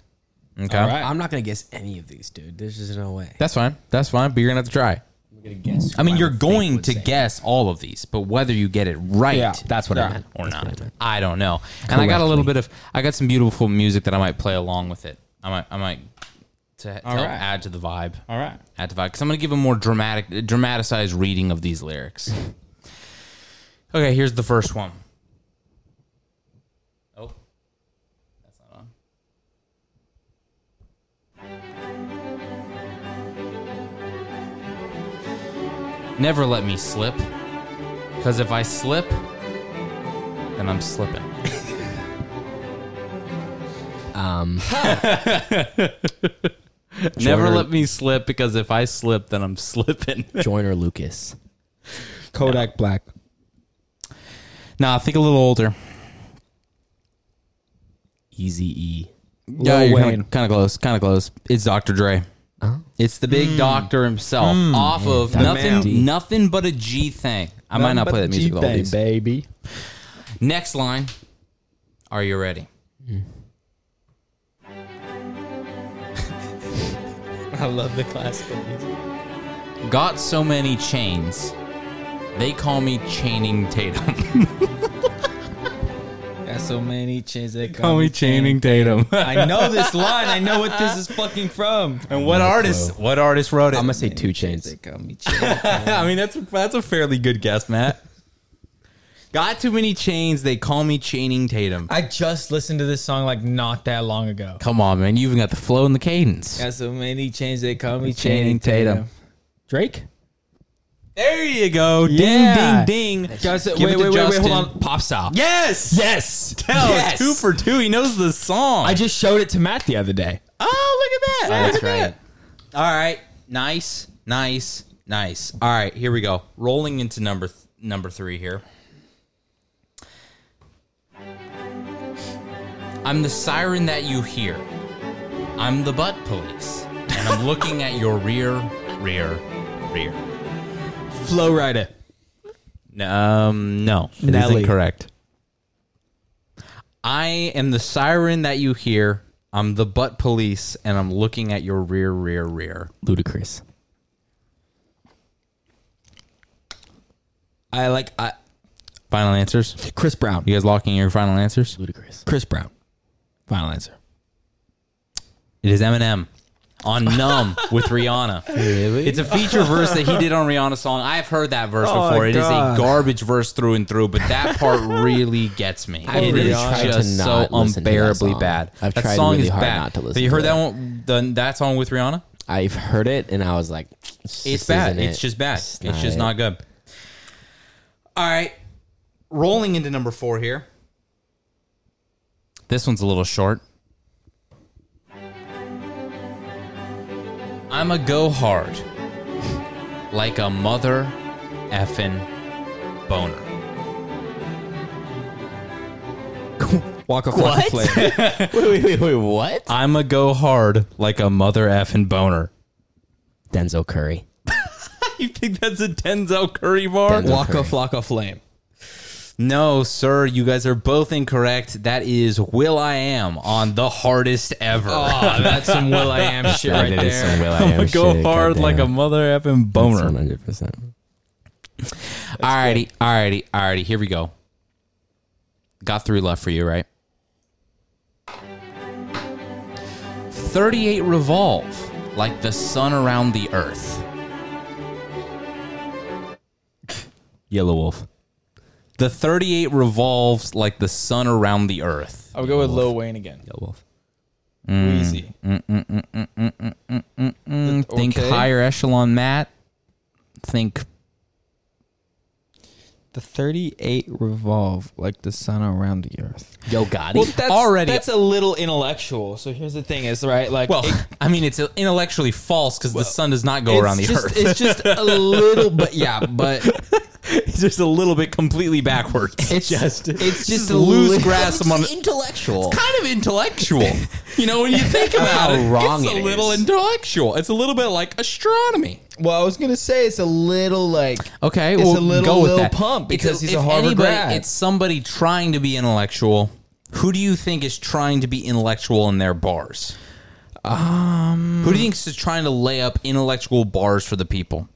Okay,
I'm not gonna guess any of these, dude. There's just no way.
that's fine. That's fine. But you're gonna have to try.
I'm gonna guess.
I mean, you're going to guess all of these, but whether you get it right,
Yeah.
that's what
Yeah.
I meant, or not, I don't know. And I got a little bit of, I got some beautiful music that I might play along with it. I might, I might, to to help
right.
add to the vibe.
All right.
Add to vibe, because I'm gonna give a more dramatic, dramatized reading of these lyrics. Okay, here's the first one. Oh, that's not on. Never let me slip. Because if I slip, then I'm slipping.
Um,
Never
Joyner-
let me slip because if I slip, then I'm slipping.
Joyner Lucas.
Kodak Black.
nah, think a little older.
Easy E.
yeah,
Lil
you're
Wayne.
Kind of close. Kind of close. It's Dr. Dre. It's the
Hmm.
big doctor himself. Off of nothing,
man.
nothing but a G thing. I might not play that music. with all these.
baby.
Next line. Are you ready? I love the classical music. Got so many chains, They call me Channing Tatum.
Got so many chains that
Call me Channing Tatum.
I know this line. I know what this is fucking from.
And what artist? What artist wrote it? I'm
gonna say Two Chains.
I mean, that's that's a fairly good guess, Matt. Got too many chains. They call me Chaining Tatum.
I just listened to this song like not that long ago.
Come on, man. You even got the flow and the cadence.
Got so many chains they call me Channing
Channing Tatum.
Tatum. Drake.
There you go. Ding,
Yeah.
ding, ding.
Guys,
Give
wait,
it
wait,
to
wait, wait,
Justin.
hold on. Pop stop.
Yes. Yes. Tell
Yes.
two for two. He knows the song.
I just showed it to Matt the other day.
oh, look at that.
That's
Look at
right.
that. All right. Nice. Nice. Nice. All right. Here we go. Rolling into number th- number three here. I'm the siren that you hear. I'm the butt police, and I'm looking at your rear, rear, rear.
Flow Rider.
N- Um, no, it
Nelly.
correct. I am the siren that you hear. I'm the butt police, and I'm looking at your rear, rear, rear.
Ludicrous.
I like I,
Final answers.
Chris Brown.
You guys locking your final answers?
Ludicrous.
Chris Brown. Final answer.
It is Eminem on "Numb" with Rihanna. Really? It's a feature verse that he did on Rihanna's song. I have heard that verse
Oh,
before. It is
God.
a garbage verse through and through, but that part really gets me.
I've
It
really
is
tried to
just so
not listen to that
unbearably
song.
bad.
I've
that
tried
song
really
is
hard
bad.
not to
But
listen
you
to
heard
that.
that one, the, that song with Rihanna?
I've heard it and I was like,
It's bad. It's just bad. It's, just not good. All right. Rolling into number four here. This one's a little short. I'm a go hard like a mother effing boner.
Walk a fucking flame.
Wait, wait, wait, what?
I'm a go hard like a mother effing boner.
Denzel Curry.
You think that's a Denzel Curry bar?
Denzel
Walk a
Curry.
flock of flame.
No, sir, you guys are both incorrect. That is Will I Am on the hardest ever.
Oh, that's some Will I Am shit right
That is
there.
some Will I Am shit, goddamn.
mother effing
That's 100%.
Alrighty, alrighty, alrighty. Here we go. Got three left for you, right? 38 revolve like the sun around the earth.
Yellow Wolf.
The 38 revolves like the sun around the earth.
I'll go with Lil Wayne again. Mm.
Yellow Wolf.
Easy.
Mm, Think higher echelon, Matt. Think
The 38 revolve like the sun around the earth.
Yo, Gotti.
Well, that's,
Already-
that's a little intellectual. So here's the thing is, right? Like,
Well,
it-
I mean, it's intellectually false because the sun does not go
it's
around the
just,
earth.
It's just a little, but yeah, but
It's just a little bit completely backwards.
it's just, it's just a
loose
little-
grasp among
intellectual.
kind of intellectual. you know, when you think about
How
it,
wrong
it's a
it
little
is.
intellectual. It's a little bit like astronomy.
Well, I was gonna say it's a little like
Okay,
It's a
well,
little
go with
Lil
that.
Pump
It's
because he's a
if
Harvard
anybody,
grad.
It's somebody trying to be intellectual. Who do you think is trying to be intellectual in their bars? Um, who do you think is trying to lay up intellectual bars for the people?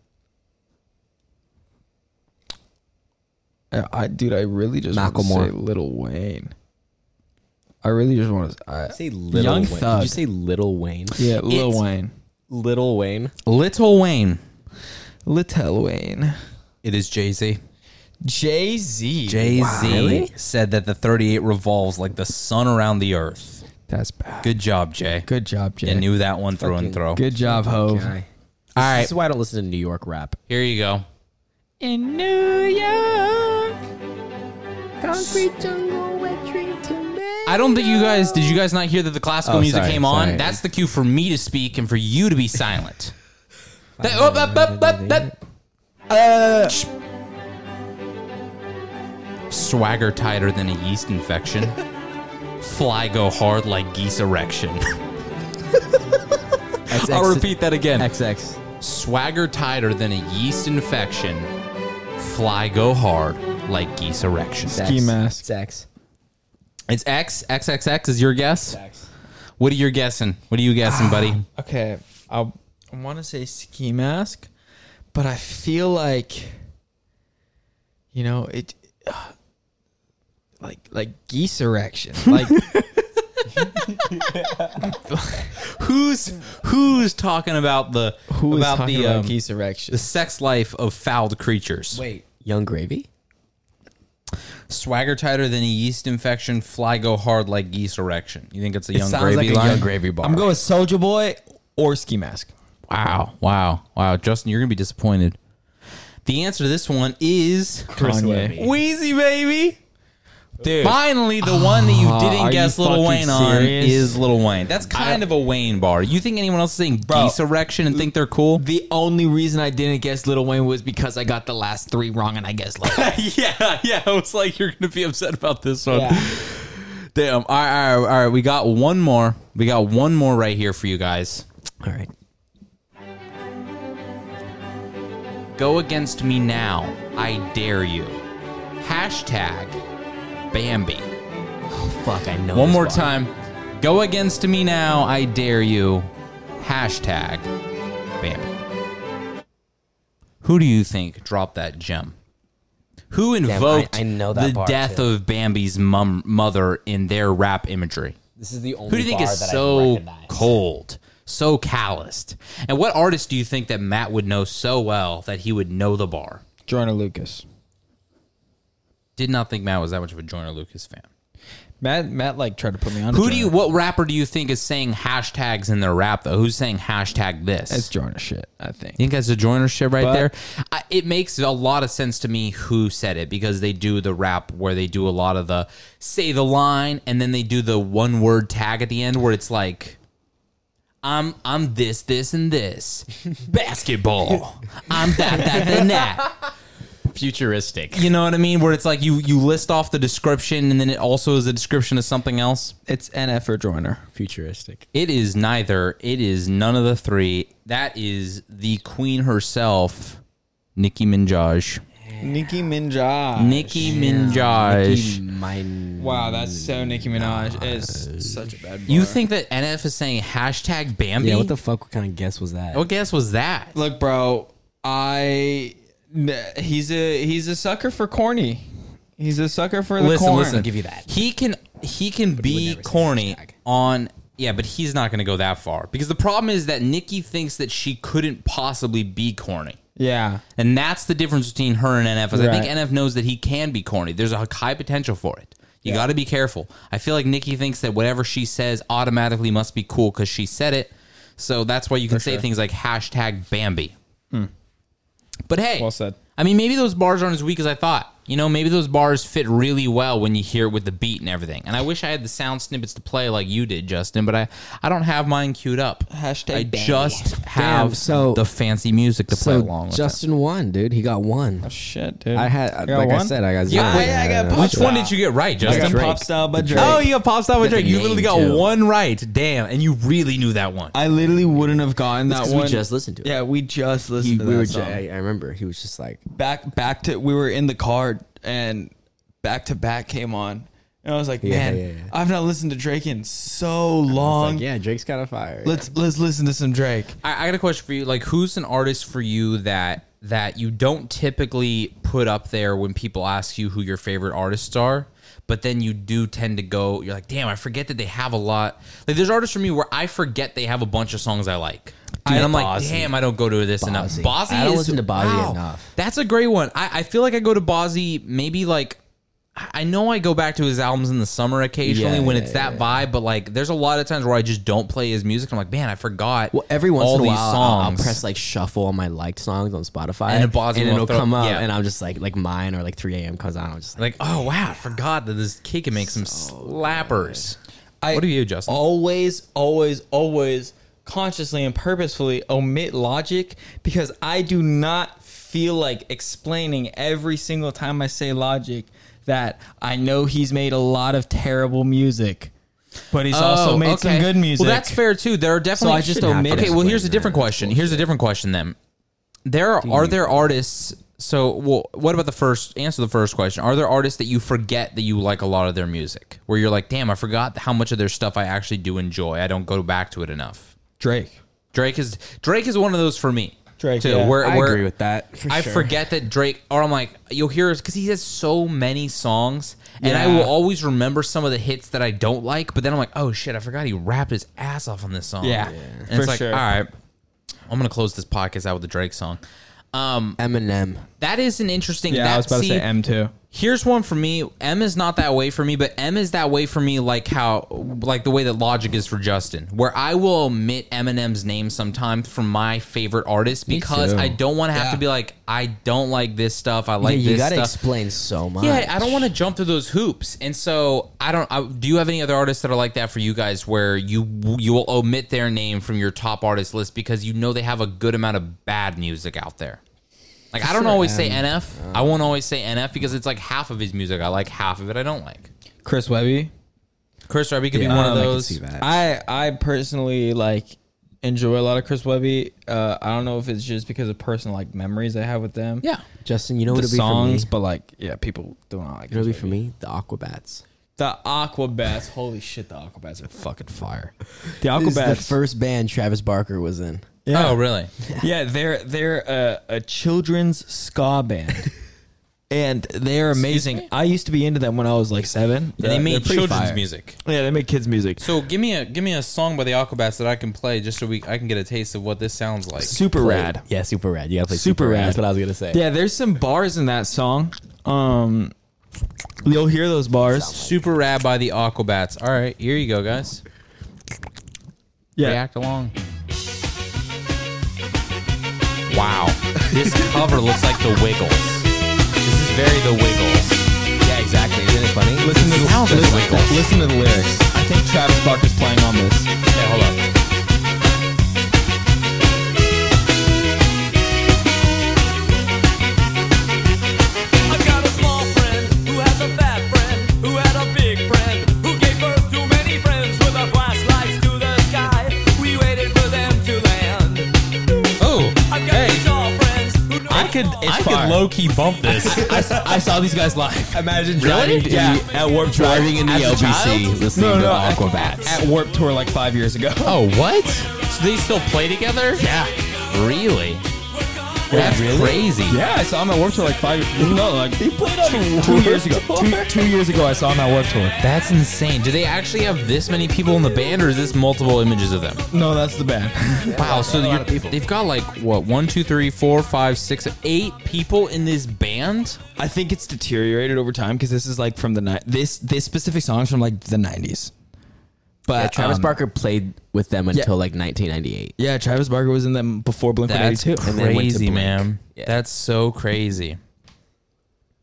I, I- dude, I really just want to
Macklemore.
say Little Wayne. I really just want to. I,
Say Little
Young
Wayne.
Thug.
Did you say Little Wayne?
yeah, Lil
It's-
Wayne,
Little Wayne.
Little Wayne.
Little Wayne,
It is Jay Z.
Jay Z.
Jay Z said that the 38 revolves like the sun around the earth.
That's bad.
Good job, Jay.
Good job, Jay.
You knew that one through and through.
Good job, Hove.
Guy.
All right,
This is why I don't listen to New York rap.
here you go.
In New York.
I don't think you guys did. You guys not hear that the classical
Oh,
music
sorry,
came on?
sorry.
That's the cue for me to speak and for you to be silent. That- oh, but- but- but- but-
Uh.
Shh. Swagger tighter than a yeast infection. Fly go hard like geese erection. I'll repeat that again.
XX.
swagger tighter than a yeast infection. Fly go hard like geese erection.
Ski mask.
Sex.
It's X. XXX is your guess. What are you guessing? What are you guessing,
Ah.
buddy?
Okay, I want to say ski mask, but I feel like you know it like like geese erection like
who's who's talking about the
Who is
about
talking
the
about
um,
geese erection?
the sex life of fouled creatures?
Wait, Young Gravy.
Swagger tighter than a yeast infection. Fly go hard like geese erection. You think it's a
It
young
sounds
gravy
like a
line?
Young Gravy bar.
i'm going soldier boy or ski mask
Wow, wow, wow, Justin, you're gonna be disappointed. The answer to this one is
Kanye.
Wheezy baby.
Dude.
Finally, the one that you
Ah,
didn't
are
guess
you
Little
fucking
Wayne on
serious?
is Little Wayne. That's kind of a Wayne bar. You think anyone else is saying geese erection and think they're cool?
the only reason I didn't guess Little Wayne was because I got the last three wrong, and I guess like
yeah, yeah. I was like, you're gonna be upset about this one. Damn. All right, all right, all right. We got one more. We got one more right here for you guys.
All right.
Go against me now. I dare you. Hashtag Bambi.
Fuck, I know.
One
this
more
bar.
time. Go against me now. I dare you. Hashtag Bambi. Who do you think dropped that gem? Who invoked
I know that
the
bar,
death
too.
of Bambi's mum, mother in their rap imagery?
This is the only.
Who do you think
bar
is
that I
so
recognize.
cold, so calloused? And what artist do you think that Matt would know so well that he would know the bar?
jordan lucas
Did not think Matt was that much of a Joyner Lucas fan.
matt matt like tried to put me on to
Who do you?
Jordan.
What rapper do you think is saying hashtags in their rap though? Who's saying hashtag this?
that's jordan shit i think
You think that's a joiner shit right
But-
there? I, it makes a lot of sense to me who said it because they do the rap where they do a lot of the say the line and then they do the one word tag at the end where it's like I'm I'm this this and this basketball. I'm that that then that.
Futuristic.
You know what I mean? Where it's like you you list off the description and then it also is a description of something else.
it's nf or joiner
futuristic.
It is neither. It is none of the three. That is the queen herself, Nicki Minaj.
nicki minaj
Nicki Minaj.
Mine.
wow that's so nicki minaj is such a bad
You think that NF is saying hashtag Bambi?
Yeah, what the fuck kind of guess was that?
What guess was that?
look bro i n- he's a he's a sucker for corny he's a sucker for the
listen,
corn.
listen.
give you that.
He can he can be corny on yeah, but he's not going to go that far because the problem is that Nikki thinks that she couldn't possibly be corny.
yeah
And that's the difference between her and NF. Is I think
Right.
NF knows that he can be corny. There's a high potential for it. You got to be careful. I feel like Nikki thinks that whatever she says automatically must be cool because she said it. So that's why you can say things like hashtag Bambi. But hey,
Hmm. Well said.
I mean, maybe those bars aren't as weak as I thought. You know, maybe those bars fit really well when you hear it with the beat and everything. And I wish I had the sound snippets to play like you did, Justin, but I, I don't have mine queued up.
Hashtag
I
Bambi.
just have
so-
the fancy music to play
So
along with.
Justin won, dude. He got one.
shit dude
I had, uh,
You got
like I
one?
said, I got
Yeah,
zero.
wait,
I got
Which
Pop
one
Style.
did you get right,
I got
Justin?
Drake.
pop style by drake
Oh, you got pop style with
Got the
Drake. You literally
name,
got
too.
one right. Damn, and you really knew that one.
i literally wouldn't have gotten that
'cause we
one
just listened to it.
yeah we just listened
He-
to
we
that
were.
song.
I, I remember he was just like,
back back to we were in the car and back to back came on and I was like, man,
yeah, yeah.
I've not listened to Drake in so long.
yeah, Drake's got a fire.
Let's let's listen to some Drake.
I, I got a question for you. Like, who's an artist for you that that you don't typically put up there when people ask you who your favorite artists are? But then you do tend to go. You're like, damn, I forget that they have a lot. Like, there's artists for me where I forget they have a bunch of songs I like. and I'm like, damn, I don't go to this enough.
Bozzy.
Bozzy
I don't
is-
listen to Bozzy enough.
That's a great one. I, I feel like I go to Bozzy maybe like I I know I go back to his albums in the summer occasionally
Yeah,
when
yeah,
it's that vibe, but like there's a lot of times where I just don't play his music. I'm like, man, I forgot.
Well, every once
all
in a
these
while, I'll- I'll
songs.
press like shuffle on my liked songs on Spotify,
And it bothers me when
it'll
I'll throw-
come up,
yeah.
and I'm just like, like mine or like 3 a.m. comes on, I'm just like,
like, oh wow, I forgot that this kid can make some slappers.
I
what do you, Justin?
Oh,
always, always, always consciously and purposefully omit logic because I do not feel like explaining every single time I say logic that I know he's made a lot of terrible music, but he's also
Oh,
made some
okay.
good music.
Well, that's fair too. There are definitely.
So I just omit
Okay,
it.
well, here's a different question. Here's a different question then. There are, are there artists. So, well, what about the first answer? The first question: Are there artists that you forget that you like a lot of their music? Where you're like, damn, I forgot how much of their stuff I actually do enjoy. I don't go back to it enough.
Drake.
Drake is Drake is one of those for me.
Drake,
too.
yeah.
Where,
I
where-
agree with that, for
I
sure.
forget that Drake, or I'm like, you'll hear because he has so many songs, and I
Yeah.
will always remember some of the hits that I don't like. But then I'm like, oh shit, I forgot he rapped his ass off on this song.
Yeah,
and
for
it's like,
sure.
all right, I'm gonna close this podcast out with a Drake song. Um,
Eminem.
That is an interesting.
Yeah, I
that-
was about to
see,
say M too.
Here's one for me. M is not that way for me, but M is that way for me, like how, like the way that Logic is for Justin, where I will omit Eminem's name sometimes from my favorite artist because
too.
I don't want to have
Yeah.
to be like, I don't like this stuff. I like
yeah, you
this
gotta
stuff.
explain so much.
yeah, I don't want to jump through those hoops, and so I don't. I, do you have any other artists that are like that for you guys, where you you will omit their name from your top artist list because you know they have a good amount of bad music out there? Like I don't
Sure,
always say
um,
NF. I won't always say NF because it's like half of his music I like, half of it I don't like.
Chris Webby.
Chris Webby could be one of those.
I I personally like enjoy a lot of Chris Webby. Uh, I don't know if it's just because of personal like memories I have with them.
Yeah,
Justin, you know
the
what it'd be for
songs,
me?
but like yeah, people do not like
You know what it'd be for me? The Aquabats.
the Aquabats. Holy shit, the Aquabats are fucking fire. The
This is
Aquabats.
the first band Travis Barker was in.
Oh, really?
yeah, they're they're a, a children's ska band. And they're amazing. I used to be into them when I was like seven.
And they
They're-
made
they're pretty
children's
fire.
music.
Yeah, they make kids music.
So give me a give me a song by the Aquabats that I can play just so we I can get a taste of what this sounds like.
Super rad.
Yeah, super rad. You gotta play
Super rad.
That's what I was gonna say.
Yeah, there's some bars in that song. Um, you'll hear those bars.
Super rad by the Aquabats. All right, here you go, guys.
Yeah.
React along. Wow, this cover looks like the Wiggles. This is very the Wiggles. Yeah, exactly. Isn't it funny?
Listen to the
sounds
listen,
like Wiggles.
listen to the lyrics. I think Travis Barker's playing on this.
Okay, hold on.
I've got a small friend who has a fat friend who had a big friend who gave birth to many friends with our flashlights to the sky. We waited for them to land.
Oh,
I've got these all friends who know
I could I could low key bump this. I, saw- I saw these guys live.
Imagine
Really?
driving yeah. at Warp Tour.
Driving in the
As a
LBC,
child?
listening
No,
to
no, at-
Aquabats.
at Warp Tour like five years ago.
Oh, what? So they still play together? Yeah. Really? That's crazy.
Yeah, I saw him at Warp Tour like five. No, like he played on two, two years ago. Two, two years ago, I saw him at Warp Tour.
That's insane. Do they actually have this many people in the band, or is this multiple images of them?
No, that's the band.
Wow. So you're, they've got like what one, two, three, four, five, six, eight people in this band.
I think it's deteriorated over time because this is like from the night. This this specific song's from like the nineties. But
Yeah, Travis
um,
Barker played with them
yeah.
until like 1998.
Yeah, Travis Barker was in them before Blink One
That's
Eighty Two.
crazy,
Blink.
man.
Yeah.
That's so crazy.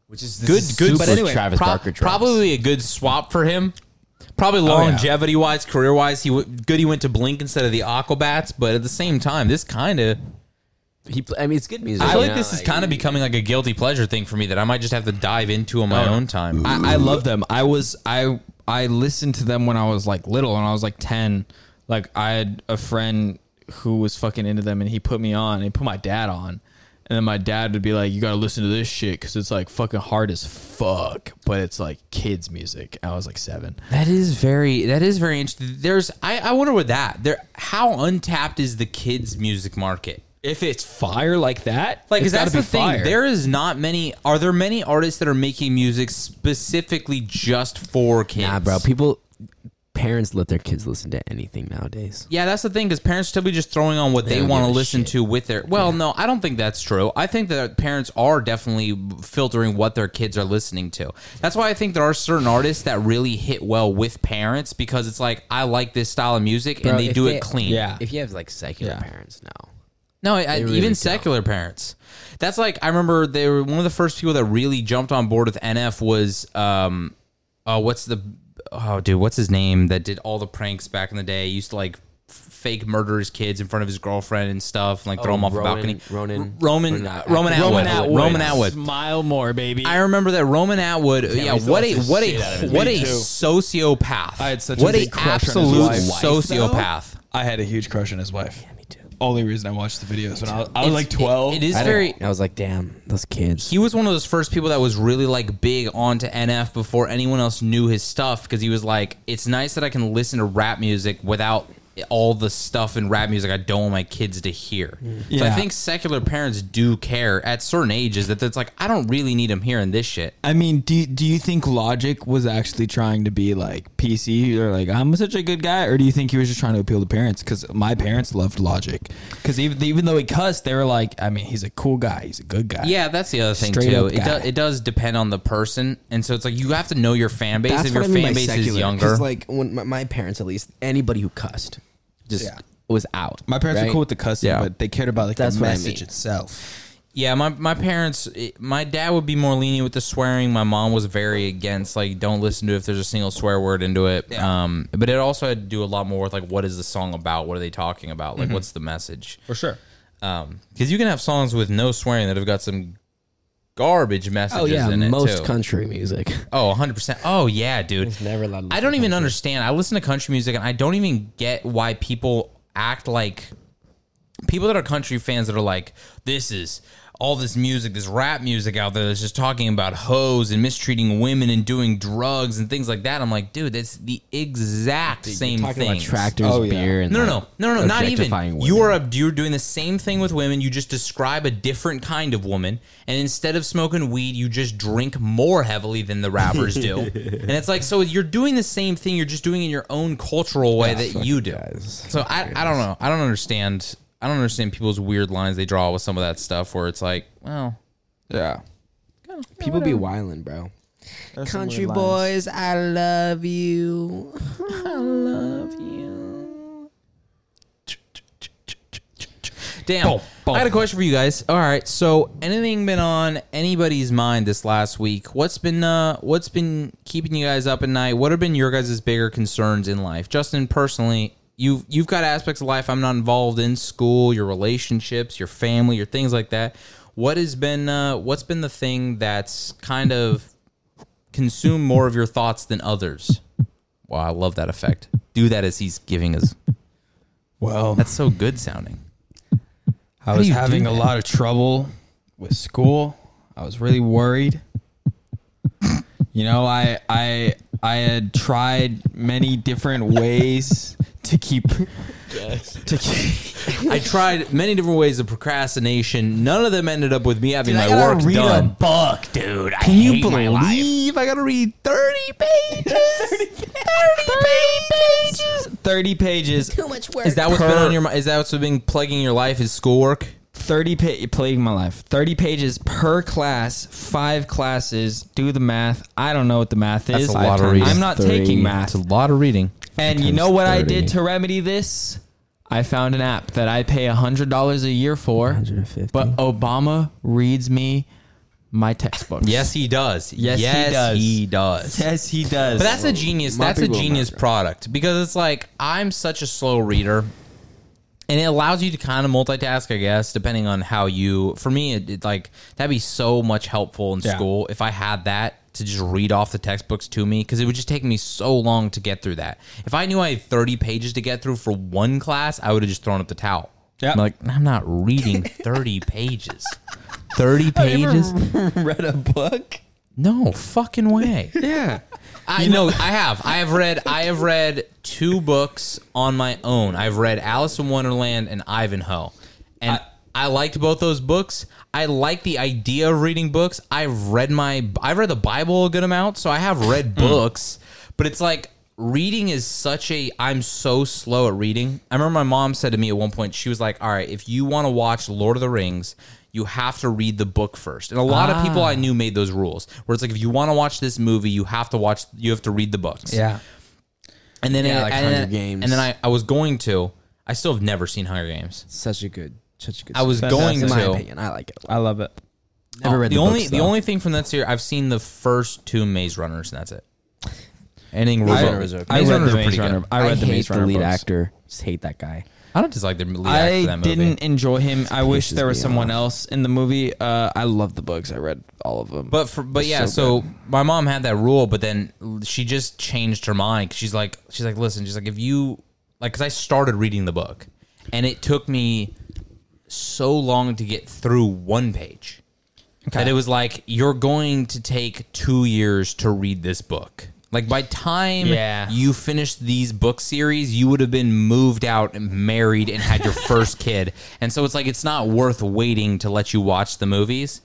Which is
this is super But anyway, Travis Barker drops.
probably a good swap for him. Probably longevity wise, career wise, he w- good. He went to Blink instead of the Aquabats, but at the same time, this kind of
He, pl- I mean, it's good music.
I feel like
you know,
this is kind of becoming like a guilty pleasure thing for me that I might just have to dive into on my own time.
I, I love them. I was I I listened to them when I was like little, when I was like ten. Like I had a friend who was fucking into them, and he put me on. He put my dad on, and then my dad would be like, "You gotta listen to this shit because it's like fucking hard as fuck, but it's like kids music." I was like seven.
That is very that is very interesting. There's I, I wonder with that there how untapped is the kids music market?
If it's fire like that,
Like
it's
'cause
gotta
that's the
be
thing.
fire.
There is not many. Are there many artists that are making music specifically just for kids?
nah, bro. People, parents let their kids listen to anything nowadays.
Yeah, that's the thing because parents are typically just throwing on what they,
don't
want to
give a
listen
shit.
to with their. Well, no, I don't think that's true. I think that parents are definitely filtering what their kids are listening to. That's why I think there are certain artists that really hit well with parents because it's like I like this style of music
Bro,
and they
if
do it clean.
Yeah.
If you have like secular
Yeah.
parents, no.
No, I, I-
really
even
don't.
secular parents. That's like I remember they were one of the first people that really jumped on board with NF was um oh what's the oh dude what's his name that did all the pranks back in the day used to like f- fake murder his kids in front of his girlfriend and stuff and like throw
Oh,
him off
Ronan-
a balcony.
Ronan-
R- Roman
Ronan-
Roman Atwood.
Roman Atwood.
Roman Atwood.
Smile more, baby.
I remember that Roman Atwood. yeah,
we still
what a
have the
what
shit out of
a
him.
what
Me
a
too.
sociopath.
I had such a
what
big crush on his
absolute
wife.
sociopath.
I had a huge crush on his wife. Yeah, me too. Only reason I watched the videos when I was, I was like
It's- it-
twelve.
it is
I,
very.
didn't- I was like, damn, those kids.
he was one of those first people that was really like big onto NF before anyone else knew his stuff because he was like, it's nice that I can listen to rap music without all the stuff in rap music I don't want my kids to hear.
Mm.
So I
Yeah.
think secular parents do care at certain ages that it's like I don't really need them hearing this shit.
I mean, do do you think Logic was actually trying to be like PC or like I'm such a good guy, or do you think he was just trying to appeal to parents? Because my parents loved Logic, because even even though he cussed, they were like, I mean, he's a cool guy, he's a good guy.
Yeah, that's the other thing
Straight
too.
up
It, do,
guy.
it does depend on the person, and so it's like you have to know your fan base.
That's
if
what
your
I mean
fan
by
base
secular,
is
'cause,
younger,
like when my, my parents, at least anybody who cussed, just
Yeah.
was out.
My parents were
right?
cool with the cussing, but they cared about like
That's
the
what I
message
mean.
itself.
Yeah, my my parents, it- my dad would be more lenient with the swearing. My mom was very against like don't listen to it if there's a single swear word into it. Um, but it also had to do a lot more with like what is the song about? What are they talking about? Like
Mhm.
what's the message?
For sure.
Because you can have songs with no swearing that have got some garbage messages
Oh, yeah,
in it.
most
too.
country music.
Oh, 100%. Oh, yeah, dude. I don't even understand. I listen to country music and I don't even get why people act like people that are country fans that are like, this is all this music, this rap music out there that's just talking about hoes and mistreating women and doing drugs and things like that. I'm like, dude, that's the exact same
talking
thing.
about tractors, Oh, yeah. beer, and,
no, no,
like,
no, no, no, not
objectifying
even.
women.
You are a, you're doing the same thing with women. You just describe a different kind of woman, and instead of smoking weed, you just drink more heavily than the rappers do. and it's like, so you're doing the same thing. You're just doing it in your own cultural way
That's
that you do. So I, I don't know. I don't understand. I don't understand people's weird lines they draw with some of that stuff where it's like, well,
yeah,
People be wildin', bro.
There's some
Country
weird
boys, I love you. I love you.
Damn. I got a question for you guys. All right. So, anything been on anybody's mind this last week? What's been uh what's been keeping you guys up at night? What have been your guys' bigger concerns in life? Justin, personally, you've you've got aspects of life I'm not involved in, school, your relationships, your family, your things like that. What has been uh what's been the thing that's kind of consumed more of your thoughts than others? Wow, I love that effect. Do that as he's giving us.
Well,
that's so good sounding.
I
How
was
do you do
having a
that?
lot of trouble with school. I was really worried. you know, I I I had tried many different ways to keep to keep
I tried many different ways of procrastination. None of them ended up with me having
Dude, I
my
gotta
work
read a
done.
book, dude. I
Can you
hate my life.
I gotta read thirty pages. 30 pages.
30 pages.
Too much work.
Is that what's been
Per-
on your mind? Is that what's been plaguing your life? Is schoolwork?
30 pa- plaguing my life. 30 pages per class, five classes. Do the math. I don't know what the math is. I'm not taking math.
It's a lot of reading.
And you know what I did to remedy this? I found an app that I pay $100 a year for. But Obama reads me my textbooks.
Yes, he does.
Yes, he does.
He does.
Yes, he does.
But that's a genius.
My
That's a
people
genius product because it's like I'm such a slow reader, and it allows you to kind of multitask. I guess depending on how you. For me, it, it like that'd be so much helpful in
Yeah.
school if I had that to just read off the textbooks to me because it would just take me so long to get through that. If I knew I had 30 pages to get through for one class, I would have just thrown up the towel.
Yeah.
I'm like I'm not reading 30 pages. 30 pages?
read a book?
No fucking way.
Yeah.
I know I have. I have read I have read two books on my own. I've read Alice in Wonderland and Ivanhoe. And I, liked both those books. I like the idea of reading books. I've read my I've read the Bible a good amount, so I have read
Hmm.
books, but it's like reading is such a I'm so slow at reading. I remember my mom said to me at one point, she was like, "All right, if you want to watch Lord of the Rings, you have to read the book first. And a lot of people
Ah.
I knew made those rules where it's like if you want to watch this movie, you have to watch you have to read the books.
Yeah.
And then
Yeah,
it-
like
and
Hunger
then,
Games.
And then I, I was going to. I still have never seen Hunger Games.
Such a good, such a good.
I was
series.
going
in my
to.
opinion. I like it.
I love it.
Never
Oh,
read
the,
the,
only
books,
the
though.
only thing from that series I've seen the first two Maze Runners and that's it. Anything
Maze
Maze
Runner was
Runners,
okay.
Maze
I read
Runners
the
are pretty
Maze Runner.
good.
I read the Maze Runner
lead
books.
actor.
Just hate that guy.
I don't dislike the lead actor.
I
of That movie.
didn't enjoy him. I wish
Pisses
there was
me
someone else in the movie. Uh, I love the books. I read all of them.
But for, but
It's
yeah,
so
so, my mom had that rule, but then she just changed her mind. She's like, she's like, listen, she's like, if you like, because I started reading the book, and it took me so long to get through one page
Okay.
that it was like you're going to take two years to read this book. Like by time
Yeah.
you finished these book series, you would have been moved out and married and had your first kid. And so it's like it's not worth waiting to let you watch the movies.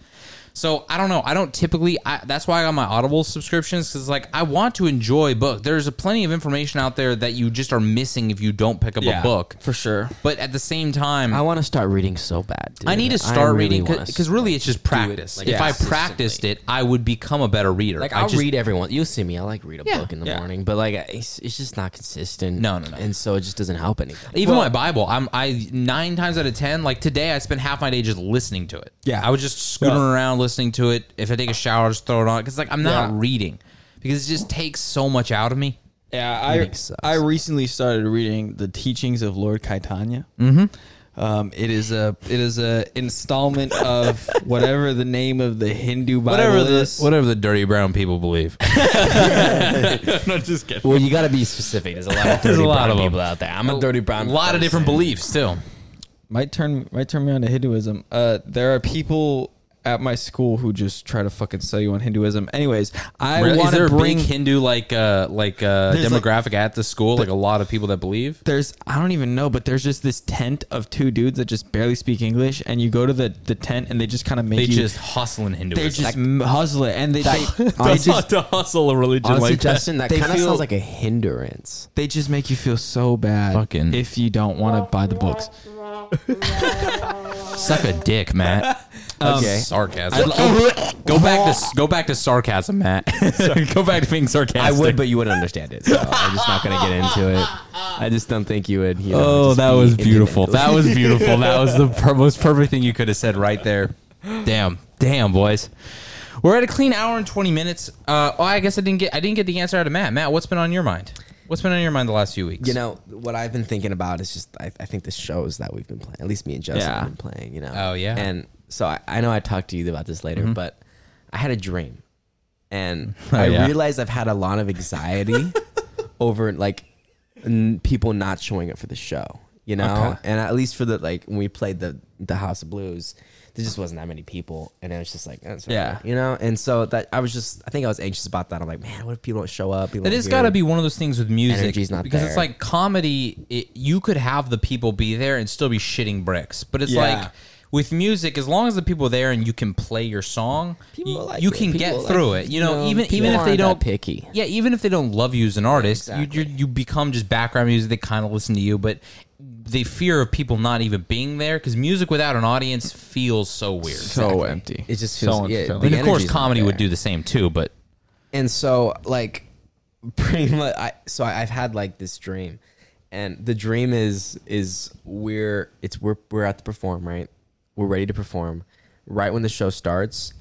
So I don't know. I don't typically. I, that's why I got my Audible subscriptions because like I want to enjoy book. There's a plenty of information out there that you just are missing if you don't pick up
Yeah,
a book for sure. But at the same time,
I want to start reading so bad.
I
dude.
need to
Mm. I
start
really
reading
wanna
because really it's just practice.
like,
if I
consistently.
practiced it, I would become a better reader.
Like
I
I'll
just-
read everyone. You'll see me. I like read a
Yeah.
book in the
Yeah.
morning, but like it's, it's just not consistent.
No, no, no.
And so it just doesn't help anything.
Even my Bible, I'm I nine times out of ten. Like today, I spent half my day just listening to it.
Yeah.
I was just scooting
Yeah.
around listening to it. If I take a shower, I just throw it on because like I'm
Yeah.
not reading because it just takes so much out of me.
Yeah,
Reading
I I recently started reading the teachings of Lord Caitanya. Mm-hmm. Um, it is a it is a installment of whatever the name of the Hindu Bible
Whatever the
is.
whatever the dirty brown people believe.
no, just kidding.
Well, you got to be specific. There's a lot of
There's
dirty
a lot
brown
of 'em.
people out there. I'm a dirty brown.
A lot of different beliefs too.
might turn might turn me on to Hinduism. Uh, there are people at my school who just try to fucking sell you on Hinduism. Anyways, I
Really? Is
want
there
to
a
bring
big Hindu like uh like uh
There's, like-
demographic at the school? Like a lot of people that believe.
there's I don't even know, but there's just this tent of two dudes that just barely speak English, and you go to the, the tent and they just kind of make
They
you
just hustling Hinduism.
they just m hustle it, and they they, they
Honestly-
just
to hustle a religion
Honestly,
like that.
Justin, that,
They
kind of
feel-
sounds like a hindrance.
they just make you feel so bad
Fucking-
if you don't want to buy the books.
Suck a dick, Matt.
Okay.
sarcasm. go back to go back to sarcasm, Matt. go back to being sarcastic.
I would, but you wouldn't understand it. So I'm just not gonna get into it. I just don't think you would. You know,
oh,
just
that
be
was beautiful.
individual.
That was beautiful. That was the per- most perfect thing you could have said right there. Damn, damn, boys. We're at a clean hour and twenty minutes. Uh, oh, I guess I didn't get I didn't get the answer out of Matt. Matt, what's been on your mind? What's been on your mind the last few weeks?
You know what I've been thinking about is just I, I think the shows that we've been playing. At least me and Justin
Yeah.
have been playing. You know.
Oh, yeah.
And so I, I know I talked to you about this later,
Mhm.
but I had a dream, and
Oh,
I
yeah.
realized I've had a lot of anxiety over like n- people not showing up for the show. You know,
Okay.
and at least for the like when we played the the House of Blues, there just wasn't that many people, and it was just like that's
Yeah.
you know. And so that I was just I think I was anxious about that. I'm like, man, what if people don't show up? People
It
don't
has
hear?"
got to be one of those things with music
Energy's not
because it's
there.
like comedy. It, you could have the people be there and still be shitting bricks, but it's
Yeah.
like with music, as long as the people are there and you can play your song, you,
like
you
it.
can
People
get
like-
through it. You know,
No,
even
people
even if they
aren't that
don't
picky.
yeah, even if they don't love you as an artist, you you you become just background music. They kind of listen to you, but they fear of people not even being there because music without an audience feels so weird.
So empty.
It just feels- yeah, the
and of course,
energy's not
comedy would
there.
do the same too, but.
and so like pretty much i so I, i've had like this dream and the dream is is we're it's we're we're at the perform right we're ready to perform right when the show starts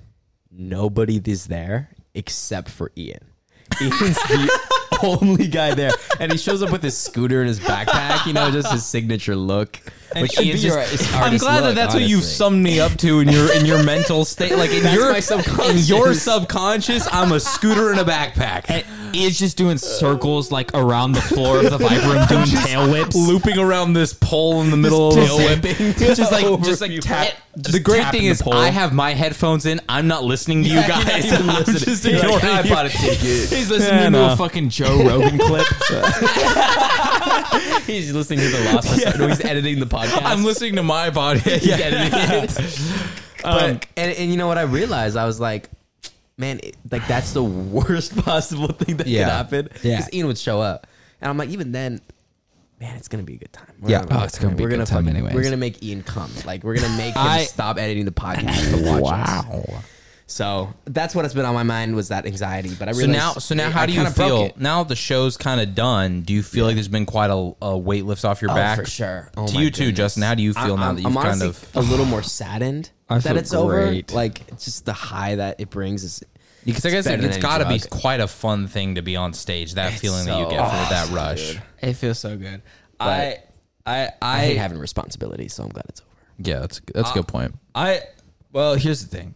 nobody is there except for ian ian's the only guy there and he shows up with his scooter in his backpack you know just his signature look
And
which
Ian's
should be your-
just-
his
I'm
artist
glad that
look,
that's what you've
honestly.
summed me up to in your in your mental state, like in
That's
your
my subconscious.
in your subconscious. I'm a scooter in a backpack,
It's just doing circles like around the floor of the Viper Room, doing tail whips.
looping around this pole in the middle
Just
of the
tail
whipping, just like just like tap. the great
tapping
thing
the
is,
pole.
I have my headphones in. I'm not listening to you
you're not
guys.
even
I'm
listening.
just
You're like,
ignoring
"I
you."
bought a ticket.
He's listening
Yeah,
to
no.
a fucking Joe Rogan clip.
He's listening to the Lost. Yeah. No, he's editing the podcast.
I'm listening to my podcast.
He's editing it.
But, and, and you know what I realized? I was like, man, it- like that's the worst possible thing that
Yeah.
could happen.
Yeah.
Because Ian would show up. And I'm like, even then, man, it's going to be a good time.
Yeah.
having a
Oh,
good
it's gonna
time.
be a
We're
good
gonna
time
fucking-
anyways.
We're going to make Ian come. Like, we're going to make him
I-
stop editing the podcast to
Um,
watch us. So that's what has been on my mind was that anxiety. But I
So
realized
now, so now,
I-
how
I
do you
kinda broke
feel
it.
now? The show's kind of done. Do you feel like there's been quite a, a weight lift off your
Oh,
back?
for sure. Oh,
to
my
you too,
goodness.
Justin. How do you feel
I-
now
I'm-
that you've
I'm
kind
honestly
of
a little more saddened
I
that
feel
it's
great.
over? Like, it's just the high that it brings is.
Because I guess
better
it's
than
got to
any
be
drug.
quite a fun thing to be on stage. That feeling that you
so
get from that
awesome,
rush.
Oh, dude.
It feels so good. I
But-
I I,
I hate having responsibilities, so I'm glad it's over.
Yeah, that's that's a good point.
I well, here's the thing.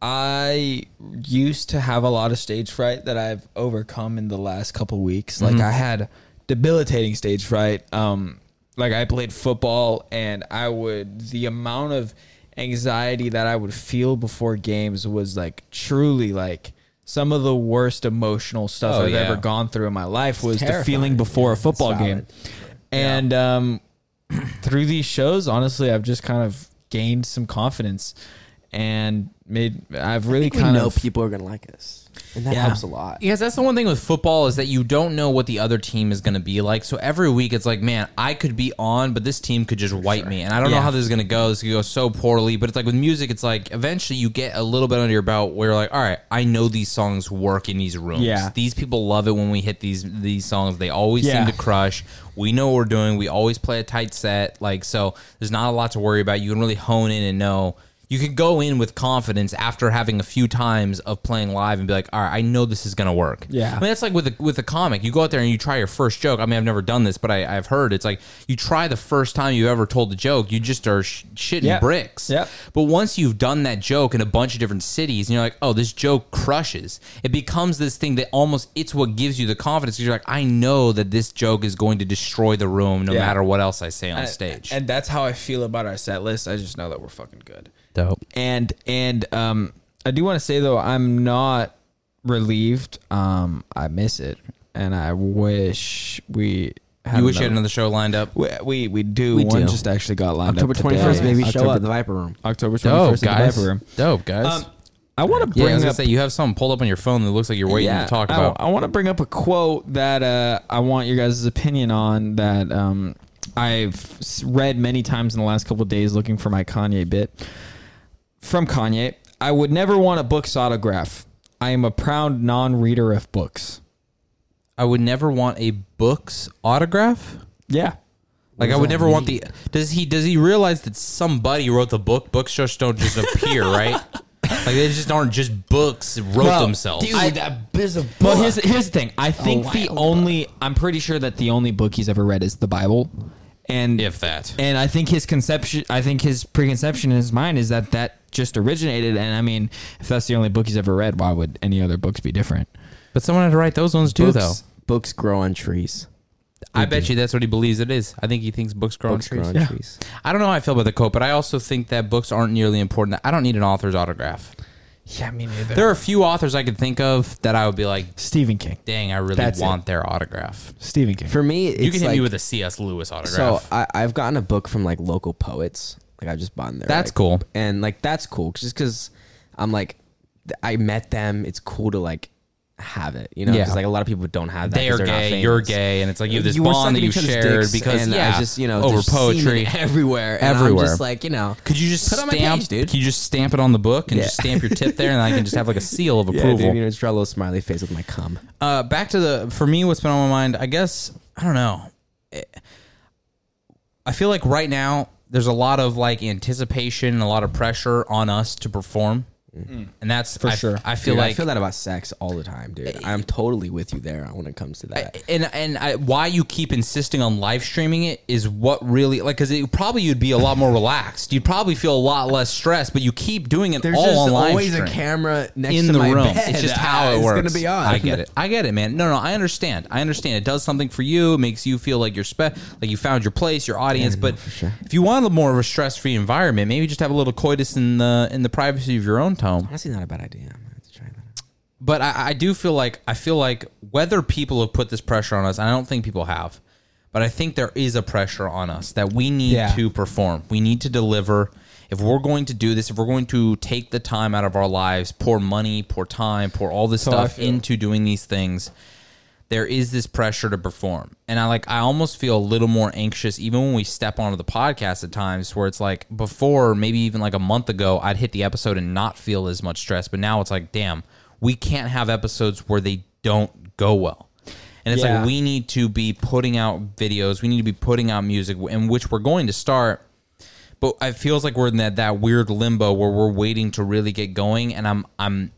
I used to have a lot of stage fright that I've overcome in the last couple weeks.
Mm-hmm.
Like I had debilitating stage fright. Um like I played football and I would the amount of anxiety that I would feel before games was like truly like some of the worst emotional stuff
Oh,
I've
yeah.
ever gone through in my life was the
terrifying.
feeling before a football
It's valid.
game. And um, through these shows, honestly, I've just kind of gained some confidence and made I've really
we
kind
know
of
people are gonna like us, and that helps a lot.
Because that's the one thing with football is that you don't know what the other team is going to be like. So every week it's like, man, I could be on, but this team could just wipe me, and I don't know
Yeah.
how this is going to go. This could go so poorly. But it's like with music, it's like eventually you get a little bit under your belt where you're like, all right, I know these songs work in these rooms.
Yeah.
these people love it when we hit these these songs. They always
Yeah.
seem to crush. We know what we're doing. We always play a tight set. Like so, there's not a lot to worry about. You can really hone in and know. You can go in with confidence after having a few times of playing live and be like, "All right, I know this is gonna work."
Yeah.
I mean, that's like with a, with a comic. You go out there and you try your first joke. I mean, I've never done this, but I, I've heard it's like you try the first time you ever told the joke, you just are sh- shitting
Yeah.
bricks.
Yeah.
But once you've done that joke in a bunch of different cities, and you're like, oh, this joke crushes. It becomes this thing that almost it's what gives you the confidence. 'cause You're like, I know that this joke is going to destroy the room no
Yeah.
matter what else I say on
and,
stage.
And that's how I feel about our set list. I just know that we're fucking good.
Dope.
And and um I do want to say though, I'm not relieved. Um I miss it. And I wish we had
You wish you had another show lined up.
We we, we do.
We
One
do.
just actually got lined
October
up. today.
21st, baby. Show
October-
up at the Viper Room.
October
Dope,
21st at the
guys.
Viper Room.
Dope, guys.
Um, I want to
yeah, I
bring
was gonna
up
say you have something pulled up on your phone that looks like you're waiting to talk
I-
about.
I, want to bring up a quote that uh, I want your guys' opinion on that um, I've s- read many times in the last couple of days looking for my Kanye bit. From Kanye, I would never want a book's autograph. I am a proud non reader of books.
I would never want a book's autograph.
Yeah. What
Like I
does
would
that
never want the does he does he realize that somebody wrote the book? Books just don't just appear, right? Like they just aren't just books wrote
Well,
themselves.
dude, I-
that is a
Well, here's here's the thing. I think the only I'm pretty sure that the only book he's ever read is the Bible, and
If that.
and I think his conception, I think his preconception in his mind is that that just originated. And I mean, if that's the only book he's ever read, why would any other books be different?
But someone had to write those ones too, though.
Books- Books grow on trees.
I bet you that's what he believes it is. I think he thinks books grow
Books
on
grow
trees.
on Yeah. trees.
I don't know how I feel about the quote, but I also think that books aren't nearly important. I don't need an author's autograph.
Yeah, me neither.
There are a few authors I could think of that I would be like,
Stephen King.
dang, I really
That's it.
want their autograph.
Stephen King.
For me, it's
you can hit me
like-
with a C.S. Lewis
So
autograph.
I, I've gotten a book from like local poets. Like I just bought in there.
That's
like-
cool.
And like that's cool, just because I'm like, th- I met them. It's cool to like have it. You know,
Yeah.
because like a lot of people don't have that.
They are
'cause they're not
gay,
famous.
you're gay, and it's like you have this
were
bond that
sucking
you
each other's
shared
dicks,
because,
and I
yeah,
just, you know,
over
there's semen
poetry.
everywhere, and I'm
Everywhere.
just like you know,
Could you just
Put it on my
stamp?
page, dude.
Can you just stamp it on the book and
Yeah.
just stamp your tip there, and I can just have like a seal of
yeah,
approval?
dude, you know, just draw a little smiley face with my cum.
uh, back to the for me, what's been on my mind? I guess I don't know. Eh, I feel like right now there's a lot of like anticipation, and a lot of pressure on us to perform, and that's for
Mm. sure.
I feel
Dude,
like
I feel that about sex all the time, dude. I'm totally with you there when it comes to that.
and and I, why you keep insisting on live streaming it is what really like because it probably you'd be a lot more relaxed. You'd probably feel a lot less stressed, but you keep doing it
There's
all
just
online.
always
stream.
a camera next
in
to
the
my
room.
bed.
It's just
Ah,
how it
it's
works.
gonna be on.
I get it. I get it, man. No, no, I understand. I understand. It does something for you. It makes you feel like you're spe- like you found your place, your audience. but if you want a little more of a stress free environment, maybe just have a little coitus in the in the privacy of your own home.
Honestly, not a bad idea. I'm gonna have to try that.
But I, I do feel like I feel like whether people have put this pressure on us, and I don't think people have, but I think there is a pressure on us that we need
Yeah.
to perform. We need to deliver. If we're going to do this, if we're going to take the time out of our lives, pour money, pour time, pour all this
That's how I
stuff
feel.
into doing these things, there is this pressure to perform. And I like I almost feel a little more anxious even when we step onto the podcast at times where it's like before maybe even like a month ago I'd hit the episode and not feel as much stress, but now it's like damn, we can't have episodes where they don't go well. And it's
Yeah.
like we need to be putting out videos, we need to be putting out music in which we're going to start but it feels like we're in that, that weird limbo where we're waiting to really get going and i'm i'm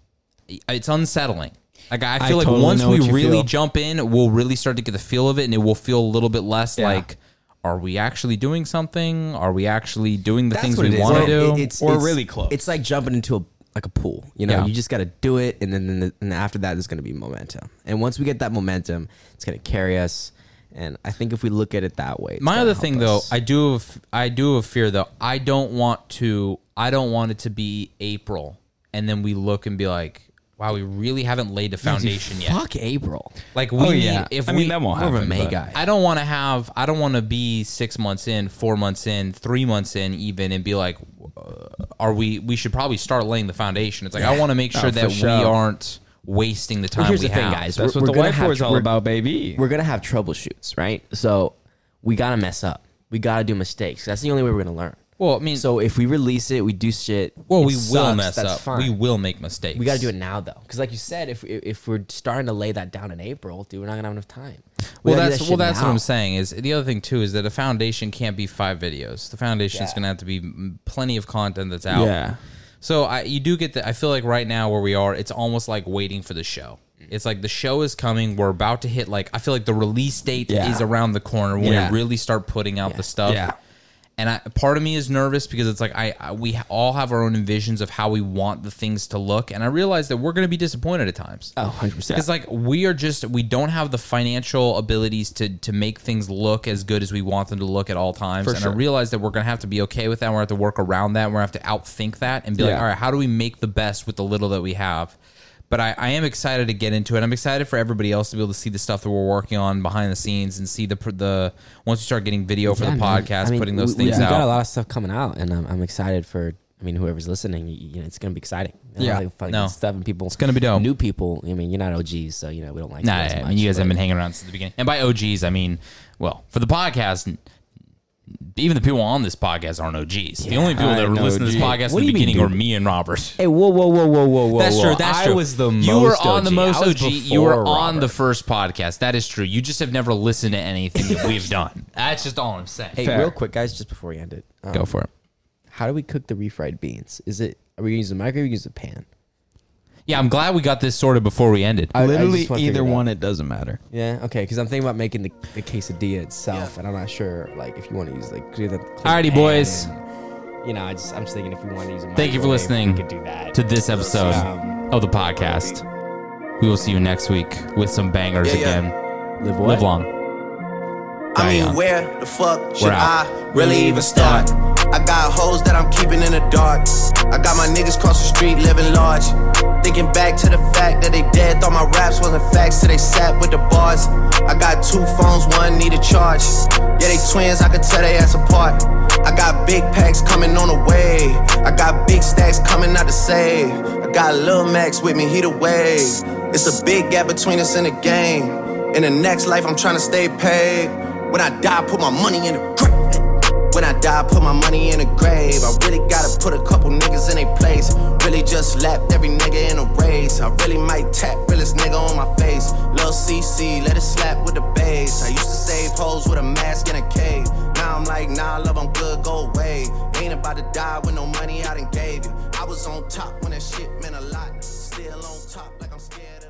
it's unsettling like i
I
feel like
totally
once
know
we
what you
really
feel.
jump in we'll really start to get the feel of it and it will feel a little bit less like are we actually doing something are we actually doing the things we want to do
Or really close.
It's like jumping into a like a pool. You know,
Yeah.
you just got to do it, and then, then and after that, there's going to be momentum. And once we get that momentum, it's going to carry us. And I think if we look at it that way, it's
my
gonna
other
help
thing
us.
though i do have, i do have fear though i don't want to i don't want it to be april and then we look and be like wow, we really haven't laid the
dude,
foundation yet.
fuck April.
Like we
Oh,
need,
yeah.
if
I
we,
mean, that won't
we're
happen,
a May
but-
guy. I don't want to have. I don't want to be six months in, four months in, three months in, even, and be like, uh, "Are we? We should probably start laying the foundation." It's like I
Yeah.
want to make
Oh,
sure
for
that we
sure.
aren't wasting the time.
Well, here's
we
the thing,
have.
guys. We're- we're gonna have tr- we're- We're gonna have troubleshoots, right? So we gotta mess up. We gotta do mistakes. That's the only way we're gonna learn.
Well, I mean,
so if we release it, we do shit.
Well,
it
we will
sucks,
mess
that's
up.
Fine.
We will make mistakes.
We gotta do it now, though, because like you said, if if we're starting to lay that down in April, dude, we're not gonna have enough time. We
Well,
gotta do
that's
that
well,
shit
that's
now.
what I'm saying. Is the other thing too is that a foundation can't be five videos. The foundation is
Yeah.
going to have to be m- plenty of content that's out.
Yeah.
So I you do get that. I feel like right now where we are, it's almost like waiting for the show.
Mm-hmm.
It's like the show is coming. We're about to hit like I feel like the release date
Yeah.
is around the corner when
Yeah.
we really start putting out the stuff.
Yeah.
And I, part of me is nervous because it's like I, I we all have our own envisions of how we want the things to look, and I realize that we're going to be disappointed at times.
Oh, 100%.
Because like we are just we don't have the financial abilities to to make things look as good as we want them to look at all times.
For
and
sure.
I realize that we're going to have to be okay with that. We're going to have to work around that. We're going to have to outthink that and be like,
Yeah.
all right, how do we make the best with the little that we have? But I, I am excited to get into it. I'm excited for everybody else to be able to see the stuff that we're working on behind the scenes and see the pr- the once we start getting video for
Yeah,
the
man.
podcast,
I mean,
putting those
we-
things
we,
out.
We got a lot of stuff coming out, and I'm, I'm excited for. I mean, whoever's listening, you, you know, it's gonna be exciting. A lot
Yeah.
of fucking
No.
stuff and people. It's
gonna be dope.
New people. I mean, you're not OGs, so you know we don't like.
Nah,
you as
I
much,
mean, you guys have
but-
been hanging around since the beginning. And by OGs, I mean, well, for the podcast, n- even the people on this podcast aren't OGs. the
Yeah.
only people
I
that
know
listen to this
OG.
podcast
What
in
do
the
you mean,
beginning were
dude?
me and Robert.
Hey, whoa, whoa, whoa, whoa, whoa, whoa!
That's
whoa.
true. That's
I
true.
was the
you
most
were on the
OG.
most
I was
OG. You were
before
on
Robert.
the first podcast. That is true. You just have never listened to anything that we've done. That's just all I'm saying.
Hey, real quick, guys, just before we end it, um,
Go for it.
How do we cook the refried beans? Is it are we gonna use the microwave? Or use the pan?
Yeah, I'm glad we got this sorted before we ended.
I- I Literally just wanna either figure it out. one,
it doesn't matter.
Yeah, okay. Because I'm thinking about making the, the quesadilla itself, and I'm not sure like if you want to use like. Clear the, clear the
Alrighty,
pan
boys.
and, you know, I just I'm just thinking if we want to use. A
Thank you for
microwave, we
listening
could do that.
to this episode
Um,
of the podcast. We will see you next week with some bangers
Yeah, yeah.
again.
Live,
what?
long.
I
Die
mean,
young.
where the fuck
We're
should
out.
I really even start? I got hoes that I'm keeping in the dark. I got my niggas cross the street living large. Thinking back to the fact that they dead, thought my raps wasn't facts till they sat with the bars. I got two phones, one need a charge. Yeah, they twins, I could tell they ass apart. I got big packs coming on the way. I got big stacks coming out to save. I got Lil Max with me, he the wave. It's a big gap between us in the game. In the next life, I'm tryna stay paid. When I die, put my money in the grave. When I die, put my money in the grave. I really gotta put a couple niggas in their place. Really just lapped every nigga in a race. I really might tap realest nigga on my face. Lil CC, let it slap with the bass. I used to save hoes with a mask in a cave. Now I'm like, nah, love, I'm good, go away. Ain't about to die with no money I done gave you. I was on top when that shit meant a lot. Still on top, like I'm scared of the